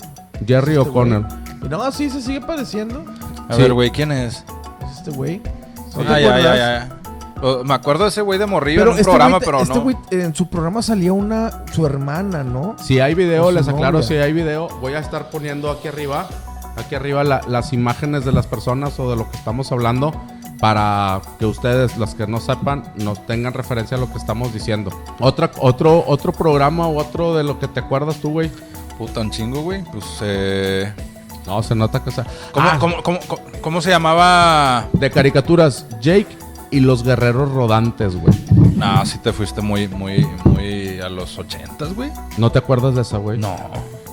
Speaker 1: Jerry
Speaker 2: este
Speaker 1: O'Connell.
Speaker 2: güey. Y no, sí, se sigue pareciendo.
Speaker 3: A
Speaker 1: Sí.
Speaker 3: ver, güey, ¿quién es?
Speaker 2: Es este güey. ¿No
Speaker 3: Sí,
Speaker 2: te
Speaker 3: ah, ya, ya,
Speaker 2: acuerdas?
Speaker 3: ya. O- Me acuerdo de ese güey de morrillo en un
Speaker 2: este
Speaker 3: programa,
Speaker 2: güey te-
Speaker 3: pero
Speaker 2: este
Speaker 3: no.
Speaker 2: güey, eh, en su programa salía una, su hermana, Pues ¿no?
Speaker 1: Si hay video,
Speaker 2: Con su
Speaker 1: les aclaro,
Speaker 2: novia.
Speaker 1: si hay video, voy a estar poniendo aquí arriba, aquí arriba la- las imágenes de las personas o de lo que estamos hablando para que ustedes, los que no sepan, nos tengan referencia a lo que estamos diciendo. Otra, otro, otro programa o otro de lo que te acuerdas tú, güey.
Speaker 3: Puta, un chingo, güey. Pues, eh...
Speaker 1: No, se nota que... sa-
Speaker 3: ¿Cómo,
Speaker 1: Ah,
Speaker 3: cómo- cómo- cómo- cómo se llamaba?
Speaker 1: De caricaturas, Jake y los guerreros rodantes, güey.
Speaker 3: No, sí te fuiste muy, muy, muy a los ochentas, güey.
Speaker 1: ¿No te acuerdas de esa, güey?
Speaker 3: No.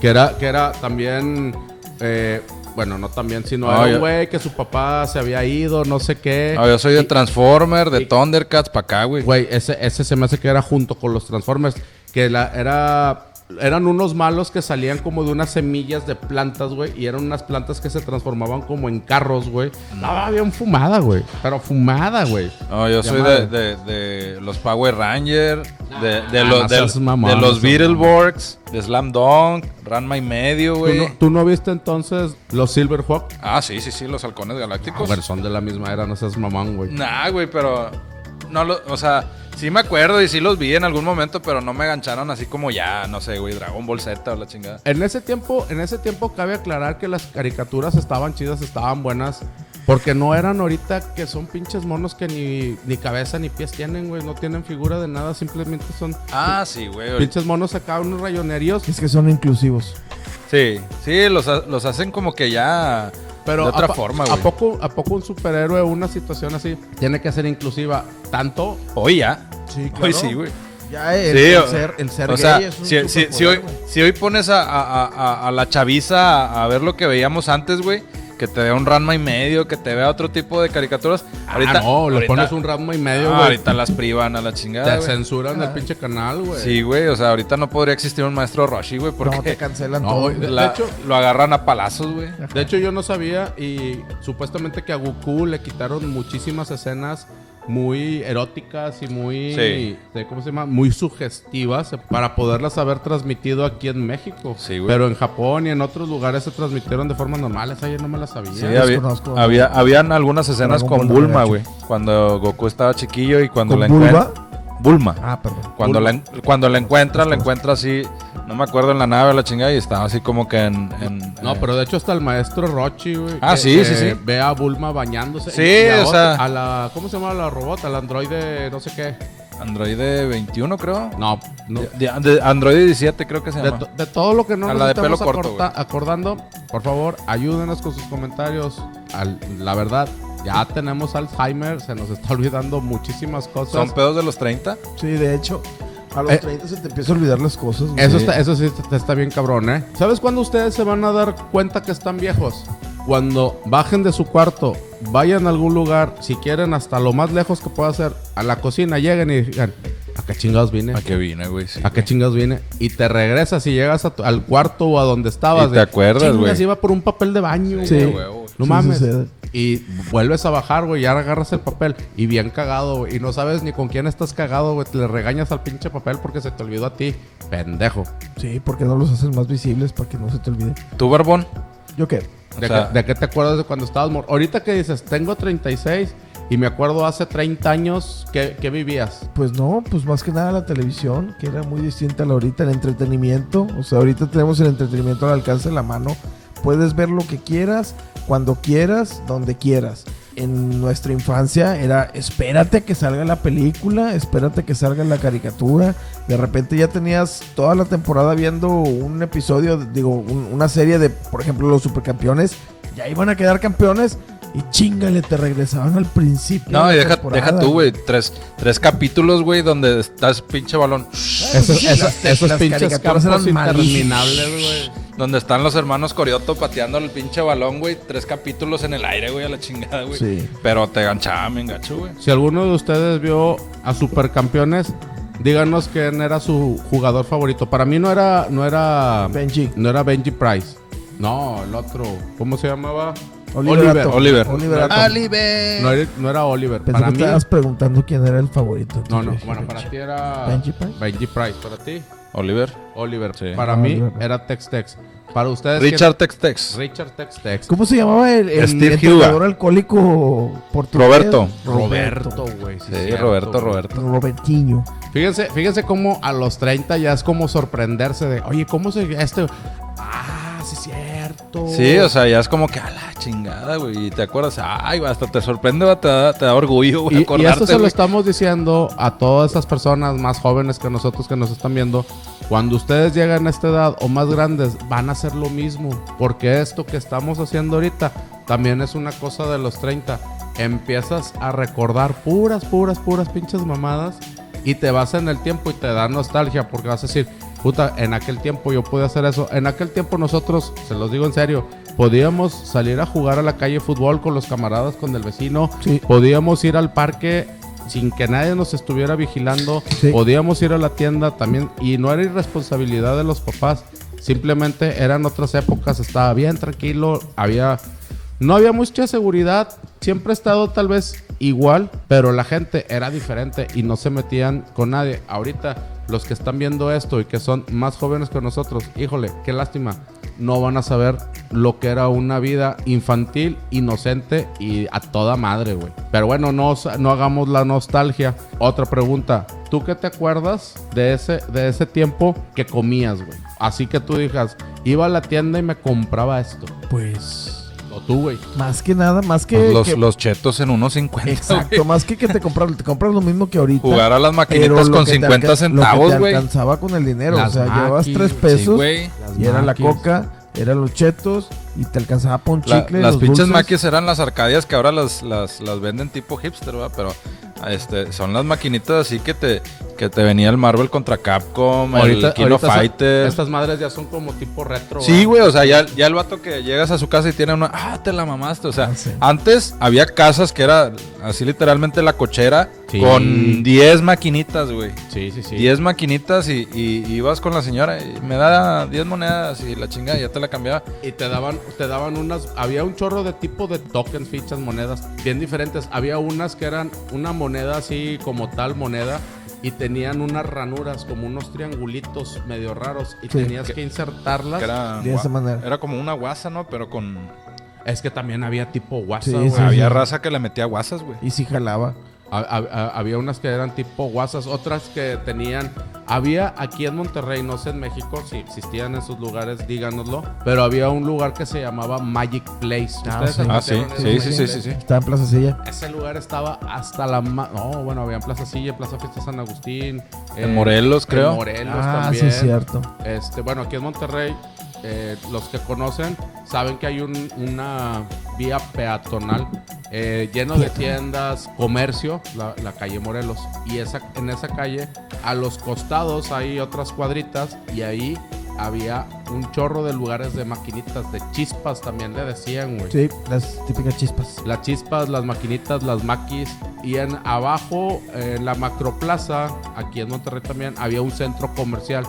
Speaker 1: Que era, que era también. eh, bueno, no también, sino
Speaker 3: Ah,
Speaker 1: era
Speaker 3: ya.
Speaker 1: un güey que su papá se había ido, no sé qué.
Speaker 3: Ah, yo soy de Transformer, de Thundercats, pa' acá, güey.
Speaker 1: Güey, ese, ese se me hace que era junto con los Transformers. Que la, era. Eran unos malos que salían como de unas semillas de plantas, güey. Y eran unas plantas que se transformaban como en carros, güey. Estaba bien fumada, güey. Pero fumada, güey.
Speaker 3: No, yo soy
Speaker 1: Llamada.
Speaker 3: de, de- de los Power Rangers, de, de
Speaker 1: Ah, no
Speaker 3: los, de,
Speaker 1: seas mamón,
Speaker 3: de
Speaker 1: no
Speaker 3: los
Speaker 1: seas
Speaker 3: Beetleborgs, de Slam Dunk, Ranma y medio,
Speaker 1: ¿Tú
Speaker 3: güey.
Speaker 1: no, tú no viste entonces los Silverhawk?
Speaker 3: Ah, sí, sí, sí, los halcones galácticos.
Speaker 1: Güey, son de la misma era, no seas mamón, güey.
Speaker 3: Nah, güey, pero. No lo, o sea, sí me acuerdo y sí los vi en algún momento, pero no me engancharon así como ya, no sé, güey, Dragon Ball Z o la chingada.
Speaker 1: En ese tiempo, en ese tiempo cabe aclarar que las caricaturas estaban chidas, estaban buenas, porque no eran ahorita que son pinches monos que ni, ni cabeza ni pies tienen, güey, no tienen figura de nada, simplemente son
Speaker 3: Ah, sí, güey. ahorita-
Speaker 1: pinches monos acá unos rayoneríos.
Speaker 2: Es que son inclusivos.
Speaker 3: Sí, sí, los, ha- los hacen como que ya.
Speaker 1: Pero
Speaker 3: de otra
Speaker 1: a, po-
Speaker 3: forma,
Speaker 1: a
Speaker 3: güey.
Speaker 1: poco a poco un superhéroe una situación así tiene que ser inclusiva tanto
Speaker 3: Hoy ya.
Speaker 2: Sí, claro.
Speaker 3: Hoy sí, güey.
Speaker 5: Ya el,
Speaker 3: Sí,
Speaker 5: el
Speaker 3: o-
Speaker 5: ser, el ser
Speaker 3: o
Speaker 5: gay
Speaker 3: sea,
Speaker 5: es un
Speaker 3: si, si- si
Speaker 5: superpoder,
Speaker 3: hoy,
Speaker 5: güey.
Speaker 3: si hoy pones a, a- a- a la chaviza a, a ver lo que veíamos antes, güey, que te vea un Ranma y medio, que te vea otro tipo de caricaturas, ahorita,
Speaker 1: ah, no, le
Speaker 3: ahorita-
Speaker 1: pones un ramo y medio,
Speaker 3: ah,
Speaker 1: güey.
Speaker 3: ahorita las privan a la chingada,
Speaker 1: te
Speaker 3: güey. Ah.
Speaker 1: censuran el pinche canal, güey.
Speaker 3: Sí, güey, o sea, ahorita no podría existir un maestro Roshi, güey, porque
Speaker 5: No, te cancelan
Speaker 1: No,
Speaker 5: todo.
Speaker 1: güey, de-
Speaker 3: la-
Speaker 1: de hecho-
Speaker 3: lo agarran a palazos, güey.
Speaker 1: De hecho, yo no sabía y supuestamente que a Goku le quitaron muchísimas escenas muy eróticas y muy,
Speaker 3: Sí.
Speaker 1: de- ¿cómo se llama? Muy sugestivas para poderlas haber transmitido aquí en México.
Speaker 3: Sí, güey.
Speaker 1: Pero en Japón y en otros lugares se transmitieron de forma normal. Esa yo no me la sabía.
Speaker 3: Sí,
Speaker 2: las
Speaker 3: había-
Speaker 2: conozco.
Speaker 3: había- habían algunas escenas
Speaker 2: Dragon
Speaker 3: con
Speaker 2: Ball me
Speaker 3: Bulma,
Speaker 2: gacho.
Speaker 3: güey, cuando Goku estaba chiquillo y cuando
Speaker 2: ¿Con
Speaker 3: la
Speaker 2: Bulma?
Speaker 3: encuentra- Bulma.
Speaker 2: Ah, perdón.
Speaker 3: Cuando
Speaker 1: Bulma.
Speaker 3: la, en- cuando la encuentra, la encuentra así, no me acuerdo en la nave la chingada y estaba así como que en... en-
Speaker 1: No,
Speaker 3: eh,
Speaker 1: pero de hecho hasta el maestro Rochi, güey.
Speaker 3: Ah,
Speaker 1: que-
Speaker 3: sí, sí,
Speaker 1: que
Speaker 3: sí.
Speaker 1: Ve a Bulma bañándose.
Speaker 3: Sí,
Speaker 1: Y a
Speaker 3: o
Speaker 1: otra-
Speaker 3: sea-
Speaker 1: A la, ¿cómo se llama la robot? Al androide, no sé qué.
Speaker 3: Androide 21 creo.
Speaker 1: No, no.
Speaker 3: De- de- Androide 17 creo que se
Speaker 1: De,
Speaker 3: llama.
Speaker 1: to- de todo lo que no
Speaker 3: A
Speaker 1: nos
Speaker 3: la de
Speaker 1: estamos
Speaker 3: pelo corto,
Speaker 1: acorta- acordando, por favor, ayúdenos con sus comentarios. Al- la verdad, ya tenemos Alzheimer, se nos está olvidando muchísimas cosas.
Speaker 3: Son pedos de los 30.
Speaker 5: Sí, de hecho, a los
Speaker 1: Eh,
Speaker 5: 30 se te empieza a olvidar las cosas. güey.
Speaker 1: Eso, está, eso sí está- está bien cabrón, ¿eh? ¿Sabes cuándo ustedes se van a dar cuenta que están viejos? Cuando bajen de su cuarto, vayan a algún lugar, si quieren, hasta lo más lejos que pueda ser, a la cocina, lleguen y digan, ¿a qué chingados vine?
Speaker 3: ¿A qué vine, güey? Sí,
Speaker 1: ¿A qué
Speaker 3: güey.
Speaker 1: chingados vine? Y te regresas y llegas a tu- al cuarto o a donde estabas.
Speaker 3: Y te acuerdas,
Speaker 1: "Chingas,
Speaker 3: güey".
Speaker 1: iba por un papel de baño,
Speaker 3: Sí,
Speaker 1: güey".
Speaker 3: huevo, güey.
Speaker 1: No
Speaker 2: Sí
Speaker 1: mames.
Speaker 2: sucede.
Speaker 1: Y vuelves a bajar, güey, ya agarras el papel y bien cagado, güey. Y no sabes ni con quién estás cagado, güey. Te le regañas al pinche papel porque se te olvidó a ti. Pendejo.
Speaker 2: Sí, porque no los hacen más visibles para que no se te olvide.
Speaker 3: ¿Tú, Barbón?
Speaker 2: ¿Yo qué?
Speaker 3: O
Speaker 1: ¿De,
Speaker 3: sea-
Speaker 1: qué, de qué te acuerdas de cuando estabas mor Ahorita que dices, tengo 36 y me acuerdo hace 30 años que, que vivías.
Speaker 2: Pues no, pues más que nada la televisión, que era muy distinta a la ahorita, el entretenimiento. O sea, ahorita tenemos el entretenimiento al alcance de la mano. Puedes ver lo que quieras, cuando quieras, donde quieras. En nuestra infancia era espérate a que salga la película, espérate a que salga la caricatura. De repente ya tenías toda la temporada viendo un episodio, digo, un- una serie de, por ejemplo, los supercampeones. Ya iban a quedar campeones y chingale, te regresaban al principio.
Speaker 3: No,
Speaker 2: de
Speaker 3: y
Speaker 2: la
Speaker 3: deja,
Speaker 2: temporada,
Speaker 3: deja tú, güey. Tres, tres capítulos, güey, donde estás pinche balón.
Speaker 1: Esos,
Speaker 2: sí,
Speaker 1: esos-
Speaker 2: las-
Speaker 1: esos
Speaker 2: las
Speaker 1: pinches
Speaker 2: caricaturas
Speaker 1: campos
Speaker 2: eran malísimas.
Speaker 1: interminables, güey.
Speaker 3: Donde están los hermanos Corioto pateando el pinche balón, güey. Tres capítulos en el aire, güey, a la chingada, güey.
Speaker 2: Sí.
Speaker 3: Pero te ganchaba, me enganchó, güey.
Speaker 1: Si alguno de ustedes vio a Supercampeones, díganos quién era su jugador favorito. Para mí no era, no era,
Speaker 2: Benji.
Speaker 1: no era Benji Price. No, el otro. ¿Cómo se llamaba?
Speaker 2: Oliver.
Speaker 3: Oliver. Ah,
Speaker 2: Oliver Atom.
Speaker 3: Oliver.
Speaker 1: No era, no era Oliver.
Speaker 2: Pensé
Speaker 1: para
Speaker 2: que
Speaker 1: mí.
Speaker 2: estabas preguntando quién era el favorito.
Speaker 1: No, no.
Speaker 2: Entonces,
Speaker 1: Bueno, para ti era
Speaker 2: Benji Price.
Speaker 1: Benji Price. Para ti,
Speaker 3: Oliver.
Speaker 1: Oliver.
Speaker 3: Sí.
Speaker 1: Para
Speaker 2: Ah,
Speaker 1: mí
Speaker 2: Oliver.
Speaker 1: era Tex Tex. Para ustedes. ¿quién-
Speaker 3: Richard Tex Tex.
Speaker 1: Richard Tex Tex.
Speaker 2: ¿Cómo se llamaba el, el
Speaker 3: Steve
Speaker 2: entrenador
Speaker 3: Huga.
Speaker 2: alcohólico portugués?
Speaker 3: Roberto.
Speaker 1: Roberto, güey.
Speaker 3: Sí,
Speaker 1: cierto,
Speaker 3: Roberto,
Speaker 1: güey.
Speaker 3: Roberto.
Speaker 2: Robertinho.
Speaker 1: Fíjense, fíjense cómo a los 30 ya es como sorprenderse de, oye, ¿cómo se este? Ah, sí es cierto.
Speaker 3: Sí, o sea, ya es como que a la chingada, güey. Y te acuerdas, ay, güey, hasta te sorprende, güey, te da, te da orgullo, güey,
Speaker 1: Y, y
Speaker 3: acordarte.
Speaker 1: esto se lo
Speaker 3: güey.
Speaker 1: estamos diciendo a todas esas personas más jóvenes que nosotros que nos están viendo. Cuando ustedes llegan a esta edad o más grandes, van a hacer lo mismo. Porque esto que estamos haciendo ahorita también es una cosa de los 30. Empiezas a recordar puras, puras, puras pinches mamadas. Y te vas en el tiempo y te da nostalgia porque vas a decir, puta, en aquel tiempo yo pude hacer eso. En aquel tiempo nosotros, se los digo en serio, podíamos salir a jugar a la calle fútbol con los camaradas, con el vecino,
Speaker 2: Sí.
Speaker 1: Podíamos ir al parque sin que nadie nos estuviera vigilando.
Speaker 2: Sí.
Speaker 1: Podíamos ir a la tienda también. Y no era irresponsabilidad de los papás. Simplemente eran otras épocas. Estaba bien tranquilo. Había. No había mucha seguridad. Siempre ha estado tal vez igual. Pero la gente era diferente. Y no se metían con nadie. Ahorita. Los que están viendo esto y que son más jóvenes que nosotros, híjole, qué lástima, no van a saber lo que era una vida infantil, inocente y a toda madre, güey. Pero bueno, no, os- no hagamos la nostalgia. Otra pregunta, ¿tú qué te acuerdas de ese, de ese tiempo que comías, güey? Así que tú digas, iba a la tienda y me compraba esto.
Speaker 2: Pues,
Speaker 1: O tú, güey.
Speaker 2: más que nada, más que...
Speaker 3: Pues los,
Speaker 2: que-
Speaker 3: los chetos en 1.50.
Speaker 2: Exacto, más que que te compras, te compras lo mismo que ahorita.
Speaker 3: Jugar a las maquinitas
Speaker 2: lo
Speaker 3: con
Speaker 2: que te
Speaker 3: 50
Speaker 2: alca- Lo que
Speaker 3: centavos,
Speaker 2: te
Speaker 3: güey.
Speaker 2: alcanzaba con el dinero.
Speaker 1: Las
Speaker 2: o sea, llevabas
Speaker 1: maquis,
Speaker 2: tres
Speaker 1: güey.
Speaker 3: Sí,
Speaker 2: pesos
Speaker 3: güey.
Speaker 1: Las
Speaker 2: y era la
Speaker 1: maquis.
Speaker 2: coca, eran los chetos y te alcanzaba para un
Speaker 3: La-
Speaker 2: chicle.
Speaker 3: las
Speaker 2: los
Speaker 3: pinches
Speaker 2: dulces.
Speaker 3: maquis eran las arcadias que ahora las, las, las venden tipo hipster, ¿verdad? Pero este, son las maquinitas así que te, Que te venía el Marvel contra Capcom, el Kino
Speaker 1: ahorita son-
Speaker 3: Fighter.
Speaker 1: estas madres ya son como tipo retro.
Speaker 3: Sí, güey, o sea, ya, ya el vato que llegas a su casa y tiene una, ah, te la mamaste, o sea, antes había casas que era así literalmente la cochera
Speaker 1: Sí.
Speaker 3: con 10 maquinitas, güey.
Speaker 1: Sí, sí, sí.
Speaker 3: 10 maquinitas y, y- y ibas con la señora y me da 10 monedas y la chingada, ya te la cambiaba.
Speaker 1: Y te daban, te daban unas, había un chorro de tipo de tokens, fichas, monedas, bien diferentes. Había unas que eran una moneda así como tal moneda y tenían unas ranuras como unos triangulitos medio raros y
Speaker 2: Sí.
Speaker 1: tenías que insertarlas.
Speaker 3: que era,
Speaker 2: De esa
Speaker 3: gua-
Speaker 2: manera.
Speaker 3: era como una guasa, ¿no? Pero con...
Speaker 1: Es que también había tipo WhatsApp,
Speaker 2: Sí,
Speaker 1: güey.
Speaker 2: sí,
Speaker 3: había raza que le metía guasas, güey.
Speaker 2: Y si jalaba.
Speaker 1: Ha- ha- ha- Había unas que eran tipo guasas, otras que tenían. Había aquí en Monterrey, no sé en México si existían esos lugares, díganoslo. Pero había un lugar que se llamaba Magic Place.
Speaker 2: Ah,
Speaker 1: ¿Ustedes
Speaker 2: sí.
Speaker 1: se
Speaker 3: Ah, sí,
Speaker 1: metieron en
Speaker 3: sí,
Speaker 1: Magic
Speaker 3: sí, sí,
Speaker 1: Place?
Speaker 3: sí, sí.
Speaker 2: Estaba en Plaza Silla.
Speaker 1: Ese lugar estaba hasta la. ma- No, bueno, había en Plaza Silla, Plaza Fiesta San Agustín.
Speaker 3: En Morelos, creo.
Speaker 1: En Morelos
Speaker 2: Ah,
Speaker 1: también.
Speaker 2: sí, es cierto.
Speaker 1: Este, bueno, aquí en Monterrey, eh, los que conocen saben que hay un- una vía peatonal eh, lleno de tiendas, comercio, la, la calle Morelos. Y esa, en esa calle, a los costados hay otras cuadritas y ahí había un chorro de lugares de maquinitas, de chispas también le decían, güey.
Speaker 2: Sí, las típicas chispas.
Speaker 1: Las chispas, las maquinitas, las maquis. Y en abajo, en la macroplaza, aquí en Monterrey también, había un centro comercial.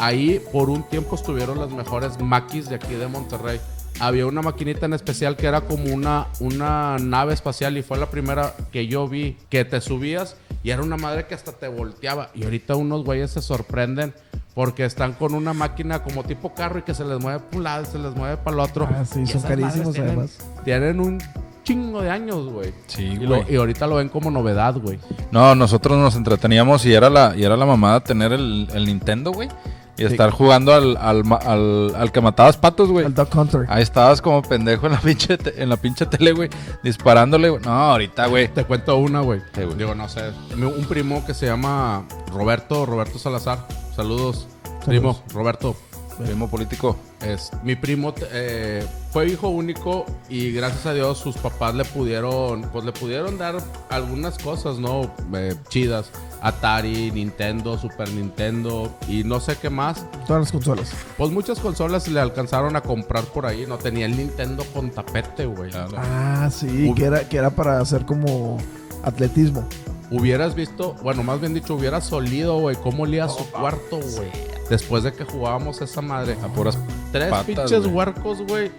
Speaker 1: Ahí por un tiempo estuvieron las mejores maquis de aquí de Monterrey. Había una maquinita en especial que era como una, una nave espacial y fue la primera que yo vi que te subías y era una madre que hasta te volteaba. Y ahorita unos güeyes se sorprenden porque están con una máquina como tipo carro y que se les mueve para un lado y se les mueve para el otro.
Speaker 2: Ah, sí,
Speaker 1: Y
Speaker 2: son
Speaker 1: esas madres
Speaker 2: carísimos,
Speaker 1: tienen-
Speaker 2: además.
Speaker 1: tienen un chingo de años, güey.
Speaker 3: Sí,
Speaker 1: Y,
Speaker 3: güey.
Speaker 1: lo- y ahorita lo ven como novedad, güey.
Speaker 3: No, nosotros nos entreteníamos y era la, y era la mamada tener el, el Nintendo, güey. Y estar jugando al, al, ma- al, al que matabas patos, güey.
Speaker 2: El Duck Hunter.
Speaker 3: Ahí estabas como pendejo en la pinche, te- en la pinche tele, güey. Disparándole, güey. No, ahorita, güey.
Speaker 1: Te cuento una, güey.
Speaker 3: Sí, güey.
Speaker 1: Digo, no sé. Mi- Un primo que se llama Roberto, Roberto Salazar. Saludos, primo, Roberto.
Speaker 3: Primo político.
Speaker 1: Es, mi primo t- eh, fue hijo único y gracias a Dios sus papás le pudieron, pues le pudieron dar algunas cosas, ¿no? Eh, chidas. Atari, Nintendo, Super Nintendo y no sé qué más.
Speaker 2: Todas las consolas.
Speaker 1: Pues muchas consolas le alcanzaron a comprar por ahí. No tenía el Nintendo con tapete, güey.
Speaker 2: Ah, sí,
Speaker 1: Uy.
Speaker 2: que era, que era para hacer como atletismo.
Speaker 1: Hubieras visto, bueno, más bien dicho, hubieras olido, güey, cómo
Speaker 3: Oh,
Speaker 1: olía su cuarto, güey. Después de que jugábamos esa madre.
Speaker 3: A puras
Speaker 1: Tres
Speaker 3: patas,
Speaker 1: pinches
Speaker 3: güey.
Speaker 1: huercos, güey.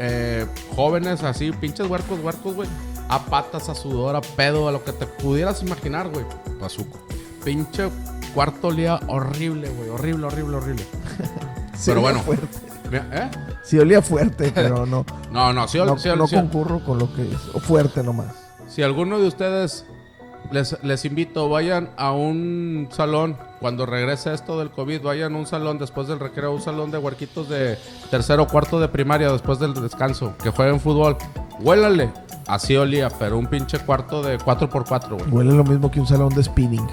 Speaker 1: eh, jóvenes así, pinches huercos, huercos, güey. A patas, a sudor, a pedo, a lo que te pudieras imaginar, güey.
Speaker 3: bazuco.
Speaker 1: Pinche cuarto olía horrible, güey. Horrible, horrible, horrible.
Speaker 2: Sí,
Speaker 1: Pero
Speaker 2: olía
Speaker 1: bueno.
Speaker 2: fuerte.
Speaker 1: Mira, ¿Eh?
Speaker 2: Sí, olía fuerte, pero no.
Speaker 1: No, no, sí, ol-
Speaker 2: no
Speaker 1: sí, ol-
Speaker 2: no
Speaker 1: sí, ol-
Speaker 2: concurro con lo que es. O fuerte nomás.
Speaker 1: Si alguno de ustedes les, les invito, vayan a un salón cuando regrese esto del COVID, vayan a un salón después del recreo, un salón de huerquitos de tercero o cuarto de primaria después del descanso, que jueguen fútbol. Huélale. Así olía, pero un pinche cuarto de 4x4, güey.
Speaker 2: Huele lo mismo que un salón de spinning.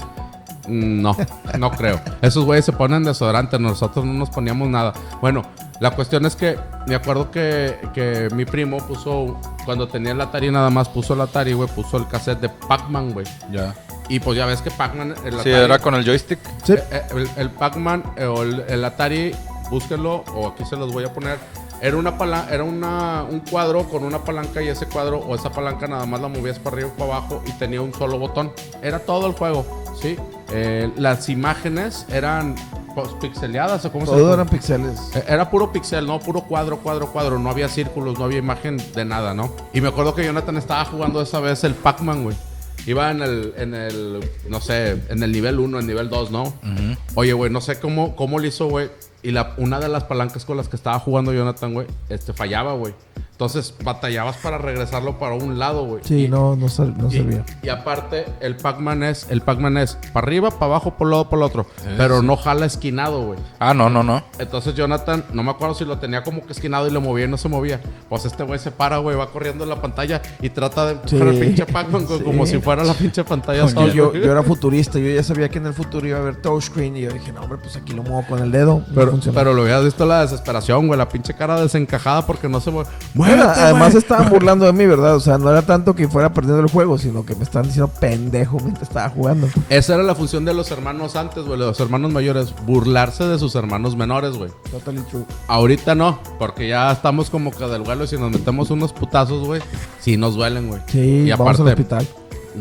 Speaker 1: Mm, No, no creo. Esos güeyes se ponen desodorante, nosotros no nos poníamos nada. Bueno, la cuestión es que me acuerdo que, que mi primo puso, cuando tenía el Atari nada más, puso el Atari, güey, puso el cassette de Pac-Man, güey.
Speaker 3: Ya.
Speaker 1: Y pues ya ves que Pac-Man, el Atari,
Speaker 3: Sí, era con el joystick.
Speaker 2: Sí.
Speaker 1: eh, eh, el, el Pac-Man eh, o el, el Atari, búsquenlo o aquí se los voy a poner. Era una pala- era una, un cuadro con una palanca y ese cuadro o esa palanca nada más la movías para arriba o para abajo y tenía un solo botón. Era todo el juego, ¿sí? Eh, las imágenes eran pues, pixeleadas o cómo se
Speaker 2: Todo
Speaker 1: llama?
Speaker 2: eran pixeles.
Speaker 1: Eh, Era puro pixel, ¿no? Puro cuadro, cuadro, cuadro. No había círculos, no había imagen de nada, ¿no? Y me acuerdo que Jonathan estaba jugando esa vez el Pac-Man, güey. Iba en el, en el, no sé, en el nivel 1, en el nivel 2, ¿no? Oye, güey, no sé cómo, cómo le hizo, güey. Y la, una de las palancas con las que estaba jugando Jonathan, güey, este, fallaba, güey. Entonces batallabas para regresarlo para un lado, güey.
Speaker 2: Sí,
Speaker 1: Y-
Speaker 2: no, no, sal- no
Speaker 1: y-
Speaker 2: servía.
Speaker 1: Y, aparte, el Pac-Man es, el Pac-Man es para arriba, para abajo, por un lado, por el otro. pero no jala esquinado, güey.
Speaker 3: Ah, no, no, no.
Speaker 1: Entonces Jonathan, no me acuerdo si lo tenía como que esquinado y lo movía y no se movía. Pues este güey se para, güey, va corriendo en la pantalla y trata de empujar
Speaker 2: Sí,
Speaker 1: el pinche Pac-Man co-
Speaker 2: sí.
Speaker 1: como si fuera la pinche pantalla
Speaker 2: No,
Speaker 1: sola.
Speaker 2: yo, yo era futurista, yo ya sabía que en el futuro iba a haber touchscreen y yo dije, no, hombre, pues aquí lo muevo con el dedo. no
Speaker 1: Pero,
Speaker 2: funcionó.
Speaker 1: pero lo hubieras visto la desesperación, güey, la pinche cara desencajada porque no se mueve.
Speaker 2: Bueno,
Speaker 1: ¡Muévete,
Speaker 2: además
Speaker 1: güey!
Speaker 2: estaban burlando de mí, ¿verdad? O sea, no era tanto que fuera perdiendo el juego, sino que me estaban diciendo pendejo mientras estaba jugando.
Speaker 1: Esa era la función de los hermanos antes, güey, de los hermanos mayores, burlarse de sus hermanos menores, güey.
Speaker 2: Totally true.
Speaker 1: Ahorita no, porque ya estamos como que del vuelo y si nos metemos unos putazos, güey, sí nos duelen, güey.
Speaker 2: Sí,
Speaker 1: y
Speaker 2: vamos
Speaker 1: aparte,
Speaker 2: al hospital.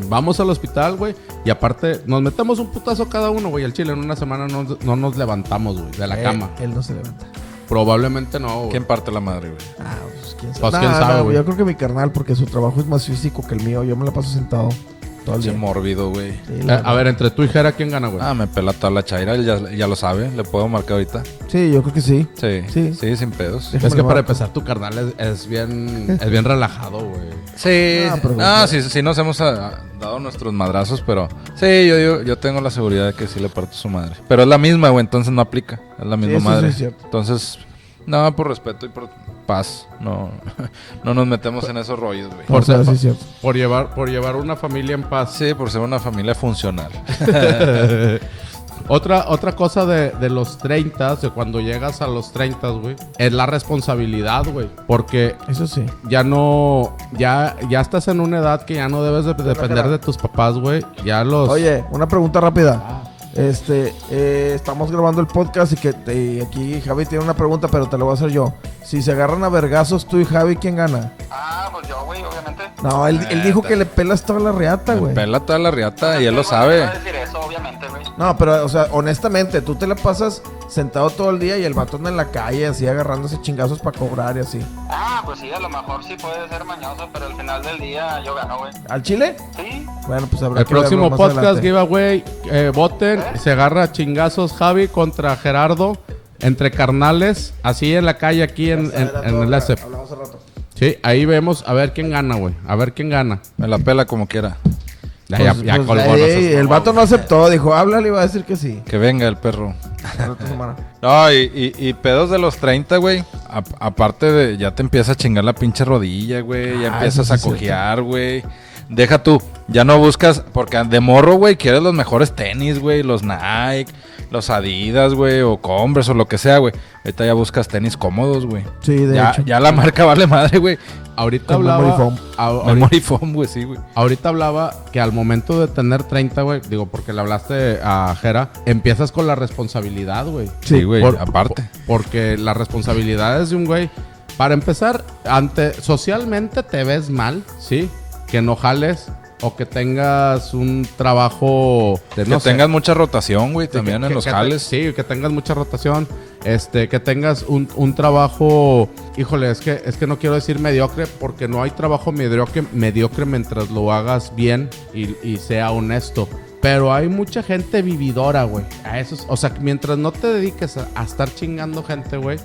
Speaker 1: vamos al hospital, güey, y aparte nos metemos un putazo cada uno, güey, al chile en una semana no, no nos levantamos, güey, de la
Speaker 2: Eh,
Speaker 1: cama.
Speaker 2: Él no se levanta.
Speaker 1: Probablemente no, güey. Eh,
Speaker 3: ¿Quién parte la madre, güey?
Speaker 2: Ah, pues quién sabe.
Speaker 1: Pues, quién
Speaker 2: No,
Speaker 1: sabe,
Speaker 2: no,
Speaker 1: güey.
Speaker 2: yo creo que mi carnal, porque su trabajo es más físico que el mío. Yo me la paso sentado todo el
Speaker 3: Pinche
Speaker 2: día.
Speaker 3: mórbido, güey.
Speaker 2: Sí,
Speaker 1: Eh,
Speaker 2: la
Speaker 1: a
Speaker 2: verdad.
Speaker 1: ver, entre tú y Jera, ¿quién gana, güey?
Speaker 3: Ah, me pela toda la chaira, él ya, ya lo sabe, le puedo marcar ahorita.
Speaker 2: Sí, yo creo que sí.
Speaker 3: Sí,
Speaker 2: Sí.
Speaker 3: sí, sin pedos.
Speaker 2: Sí.
Speaker 1: es que
Speaker 2: bueno,
Speaker 1: para
Speaker 2: va.
Speaker 1: empezar, tu carnal es, es bien, es bien relajado, güey.
Speaker 3: Sí,
Speaker 2: Ah,
Speaker 3: ah,
Speaker 2: pero-
Speaker 3: sí, sí nos hemos ah, dado nuestros madrazos, pero sí, yo, yo, yo tengo la seguridad de que sí le parto su madre. Pero es la misma, güey, entonces no aplica, es la misma
Speaker 2: eso sí
Speaker 3: madre.
Speaker 2: es cierto.
Speaker 3: Entonces, nada, por respeto y por paz, no, no nos metemos en esos rollos, güey.
Speaker 1: Por
Speaker 2: O sea,
Speaker 1: ser-
Speaker 2: sí es cierto.
Speaker 1: Por llevar, por llevar una familia en paz.
Speaker 3: Sí, por ser una familia funcional.
Speaker 1: Otra, otra cosa de, de los 30, de cuando llegas a los 30, güey, es la responsabilidad, güey. Porque
Speaker 2: Eso sí.
Speaker 1: ya no, ya, ya estás en una edad que ya no debes de- depender de tus papás, güey. Ya los...
Speaker 2: Oye, una pregunta
Speaker 1: Ah.
Speaker 2: rápida. Este, eh, estamos grabando el podcast y que te- y aquí Javi tiene una pregunta, pero te la voy a hacer yo. Si se agarran a vergazos tú y Javi, ¿quién gana?
Speaker 6: Ah, pues yo, güey, obviamente.
Speaker 2: No, él, él dijo que le pelas toda la reata,
Speaker 3: Me
Speaker 2: güey.
Speaker 3: pela toda la riata Ah, y él lo
Speaker 6: Sí, güey,
Speaker 3: sabe.
Speaker 6: No voy a decir eso, obviamente, güey.
Speaker 2: No, pero, o sea, honestamente, tú te la pasas sentado todo el día y el batón en la calle, así agarrándose chingazos para cobrar y así.
Speaker 6: Ah, pues sí, a lo mejor sí puede ser mañoso, pero al final del día yo gano, güey.
Speaker 2: ¿Al Chile?
Speaker 6: Sí,
Speaker 2: Bueno, pues habrá
Speaker 1: El
Speaker 2: que verlo
Speaker 1: próximo
Speaker 2: más
Speaker 1: podcast
Speaker 2: adelante.
Speaker 1: giveaway, eh, voten, se agarra a chingazos Javi contra Gerardo, entre carnales, así en la calle, aquí en, en,
Speaker 2: Era
Speaker 1: en
Speaker 2: todo,
Speaker 1: el SF.
Speaker 2: Hablamos al rato.
Speaker 1: Sí, ahí vemos a ver quién gana, güey. A ver quién gana.
Speaker 3: Me la pela como quiera.
Speaker 1: Ya, ya-
Speaker 2: Pues-
Speaker 1: ya
Speaker 2: pues,
Speaker 1: colgó, no
Speaker 2: ey,
Speaker 1: seas
Speaker 2: el
Speaker 1: mamón.
Speaker 2: vato no aceptó, dijo, háblale y va a decir que sí.
Speaker 3: Que venga el perro.
Speaker 2: Al rato semana.
Speaker 3: No, y, y- y pedos de los 30, güey. A- aparte de, ya te empieza a chingar la pinche rodilla, güey. Ya
Speaker 2: Ah, eso
Speaker 3: empiezas
Speaker 2: sí
Speaker 3: a
Speaker 2: es cierto.
Speaker 3: cojear, güey. Deja tú, ya no buscas, porque de morro, güey, quieres los mejores tenis, güey. Los Nike, los Adidas, güey, o Converse, o lo que sea, güey. Ahorita ya buscas tenis cómodos, güey.
Speaker 2: Sí, de
Speaker 3: Ya,
Speaker 2: hecho.
Speaker 3: ya la marca vale madre, güey.
Speaker 1: Ahorita
Speaker 2: Con
Speaker 1: hablaba,
Speaker 2: memory foam.
Speaker 1: a- ahorita,
Speaker 3: Memory foam, güey, sí, güey.
Speaker 1: ahorita hablaba que al momento de tener 30, güey, digo, porque le hablaste a Jera, empiezas con la responsabilidad, güey.
Speaker 3: Sí, güey,
Speaker 1: Por-
Speaker 3: aparte.
Speaker 1: por- porque las responsabilidades de un güey, para empezar, ante socialmente te ves mal, ¿sí? Que no jales o que tengas un trabajo de
Speaker 3: que
Speaker 1: sé,
Speaker 3: tengas mucha rotación, güey,
Speaker 1: Sí,
Speaker 3: también
Speaker 1: que-
Speaker 3: en
Speaker 1: que-
Speaker 3: los
Speaker 1: que te-
Speaker 3: jales.
Speaker 1: sí, que tengas mucha rotación, este, que tengas un, un trabajo, híjole, es que, es que no quiero decir mediocre, porque no hay trabajo mediocre, mediocre mientras lo hagas bien y, y sea honesto. Pero hay mucha gente vividora, güey. A esos, o sea, mientras no te dediques a, a estar chingando gente, güey,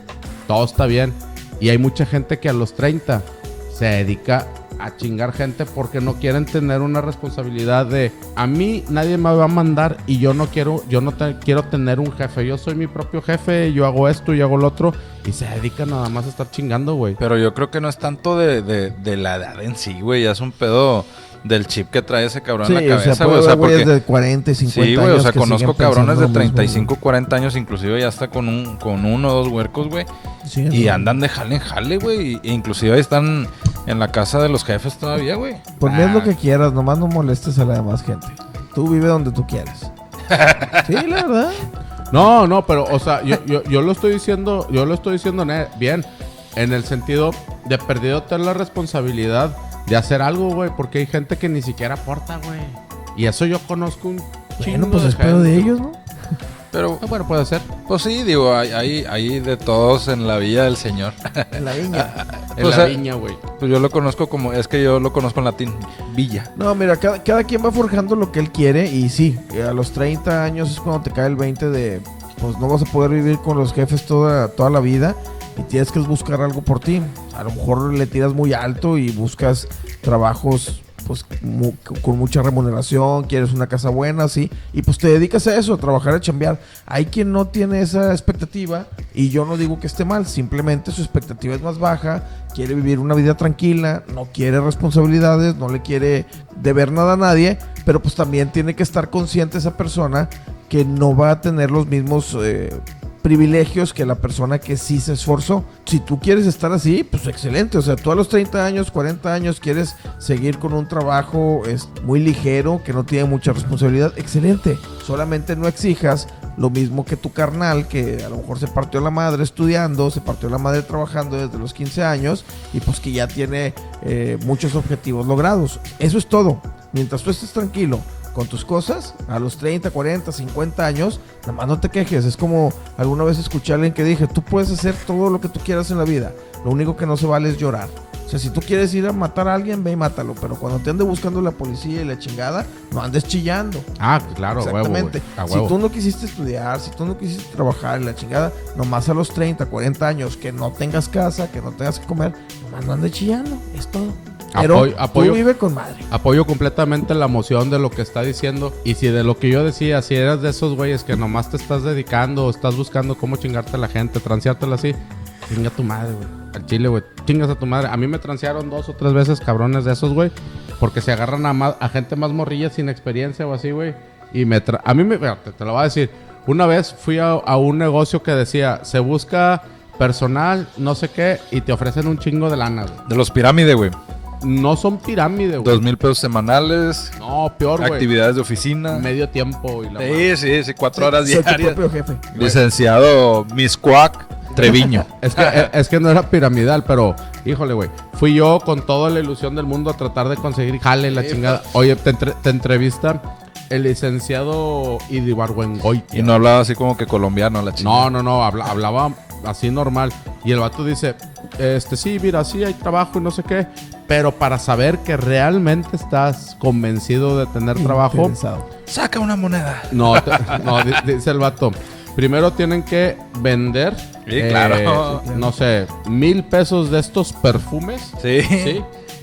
Speaker 1: todo está bien. Y hay mucha gente que a los 30 se dedica a chingar gente porque no quieren tener una responsabilidad de a mí nadie me va a mandar y yo no quiero yo no te- quiero tener un jefe, yo soy mi propio jefe, yo hago esto, yo hago lo otro y se dedican nada más a estar chingando, güey.
Speaker 3: Pero yo creo que no es tanto de, de- de la edad en sí, güey. Ya es un pedo del chip que trae ese cabrón
Speaker 2: Sí,
Speaker 3: en la cabeza,
Speaker 2: o sea,
Speaker 3: güey.
Speaker 2: puede
Speaker 3: O sea,
Speaker 2: haber güeyes
Speaker 3: porque.
Speaker 2: de 40 y 50
Speaker 3: Sí, güey. O
Speaker 2: años
Speaker 3: sea,
Speaker 2: que
Speaker 3: conozco
Speaker 2: siguen
Speaker 3: cabrones
Speaker 2: pensando
Speaker 3: de
Speaker 2: lo mismo,
Speaker 3: 35, 40 años, inclusive ya está con un, con uno o dos huercos, güey.
Speaker 2: güey. Sí,
Speaker 3: Y
Speaker 2: güey.
Speaker 3: andan de jale en jale, güey. e inclusive ahí están en la casa de los jefes todavía, güey.
Speaker 2: Pues haz
Speaker 3: Ah.
Speaker 2: lo que quieras, nomás no molestes a la demás gente. Tú vive donde tú quieras. sí, la verdad.
Speaker 1: No, no, pero o sea, yo, yo, yo lo estoy diciendo, yo lo estoy diciendo ne- bien en el sentido de perdido tener la responsabilidad de hacer algo, güey, porque hay gente que ni siquiera aporta, güey. Y eso yo conozco un chingo
Speaker 2: Bueno, pues
Speaker 1: de
Speaker 2: espero
Speaker 1: gente.
Speaker 2: de ellos, ¿no?
Speaker 3: Pero,
Speaker 1: Ah, Bueno, puede ser.
Speaker 3: pues sí, digo, hay, hay, hay de todos en la villa del señor.
Speaker 2: En la viña.
Speaker 1: En
Speaker 3: O
Speaker 1: la
Speaker 3: sea,
Speaker 2: eh,
Speaker 1: viña, güey.
Speaker 3: Pues yo lo conozco como. Es que yo lo conozco en latín. Villa.
Speaker 2: No, mira, cada, cada quien va forjando lo que él quiere y sí, eh, a los 30 años es cuando te cae el 20 de, pues no vas a poder vivir con los jefes toda, toda la vida y tienes que buscar algo por ti. A lo mejor le tiras muy alto y buscas trabajos pues mu- con mucha remuneración, quieres una casa buena, sí, y pues te dedicas a eso, a trabajar, a chambear. Hay quien no tiene esa expectativa y yo no digo que esté mal, simplemente su expectativa es más baja, quiere vivir una vida tranquila, no quiere responsabilidades, no le quiere deber nada a nadie, pero pues también tiene que estar consciente esa persona que no va a tener los mismos eh, privilegios que la persona que sí se esforzó. Si tú quieres estar así, pues excelente. O sea, tú a los 30 años, 40 años quieres seguir con un trabajo es, muy ligero, que no tiene mucha responsabilidad, excelente. Solamente no exijas lo mismo que tu carnal, que a lo mejor se partió la madre estudiando, se partió la madre trabajando desde los 15 años y pues que ya tiene eh, muchos objetivos logrados. Eso es todo. Mientras tú estés tranquilo, con tus cosas a los 30, 40, 50 años, nada más no te quejes. Es como alguna vez escuché a alguien que dije, tú puedes hacer todo lo que tú quieras en la vida. Lo único que no se vale es llorar. O sea, si tú quieres ir a matar a alguien, ve y mátalo. Pero cuando te ande buscando la policía y la chingada, no andes chillando.
Speaker 1: Ah, claro, a huevo, güey.
Speaker 2: Exactamente.
Speaker 1: A
Speaker 2: Si
Speaker 1: huevo.
Speaker 2: tú no quisiste estudiar, si tú no quisiste trabajar en la chingada, nomás a los 30, 40 años, que no tengas casa, que no tengas que comer, nomás no andes chillando. Es todo. Pero
Speaker 1: Apoyo- apoyo-
Speaker 2: tú vive con madre.
Speaker 1: Apoyo completamente la moción de lo que está diciendo. Y si de lo que yo decía, si eras de esos güeyes que nomás te estás dedicando o estás buscando cómo chingarte a la gente, transeártela así, chinga tu madre, güey. Al chile, güey. Chingas a tu madre. A mí me transearon dos o tres veces cabrones de esos, güey. Porque se agarran a, ma- a gente más morrilla sin experiencia o así, güey. Y me tra- a mí me, mira, te, te lo voy a decir. Una vez fui a, a un negocio que decía, se busca personal, no sé qué, y te ofrecen un chingo de lana, güey.
Speaker 3: De los pirámides, güey.
Speaker 1: No son pirámide, güey.
Speaker 3: Dos mil pesos semanales,
Speaker 1: No, peor, güey.
Speaker 3: actividades de oficina.
Speaker 1: Medio tiempo y la madre.
Speaker 3: Sí, sí, sí, cuatro horas
Speaker 2: Sé tu
Speaker 3: diarias.
Speaker 2: propio jefe.
Speaker 3: Licenciado Miscuac Treviño.
Speaker 1: Es que, eh, es que no era piramidal, pero híjole, güey. Fui yo con toda la ilusión del mundo a tratar de conseguir jale la chingada. Oye, te, entre- te entrevista el licenciado Idibarwengoy.
Speaker 3: Y no hablaba así como que colombiano la chica.
Speaker 1: No, no, no, habla- hablaba así normal. Y el vato dice, este, sí, mira, sí hay trabajo y no sé qué. Pero para saber que realmente estás convencido de tener trabajo,
Speaker 2: Interesado.
Speaker 3: Saca una moneda.
Speaker 1: No, te- no, di- dice el vato. Primero tienen que vender. eh,
Speaker 3: Sí, claro.
Speaker 1: No sé, mil pesos de estos perfumes.
Speaker 3: Sí.
Speaker 1: Sí.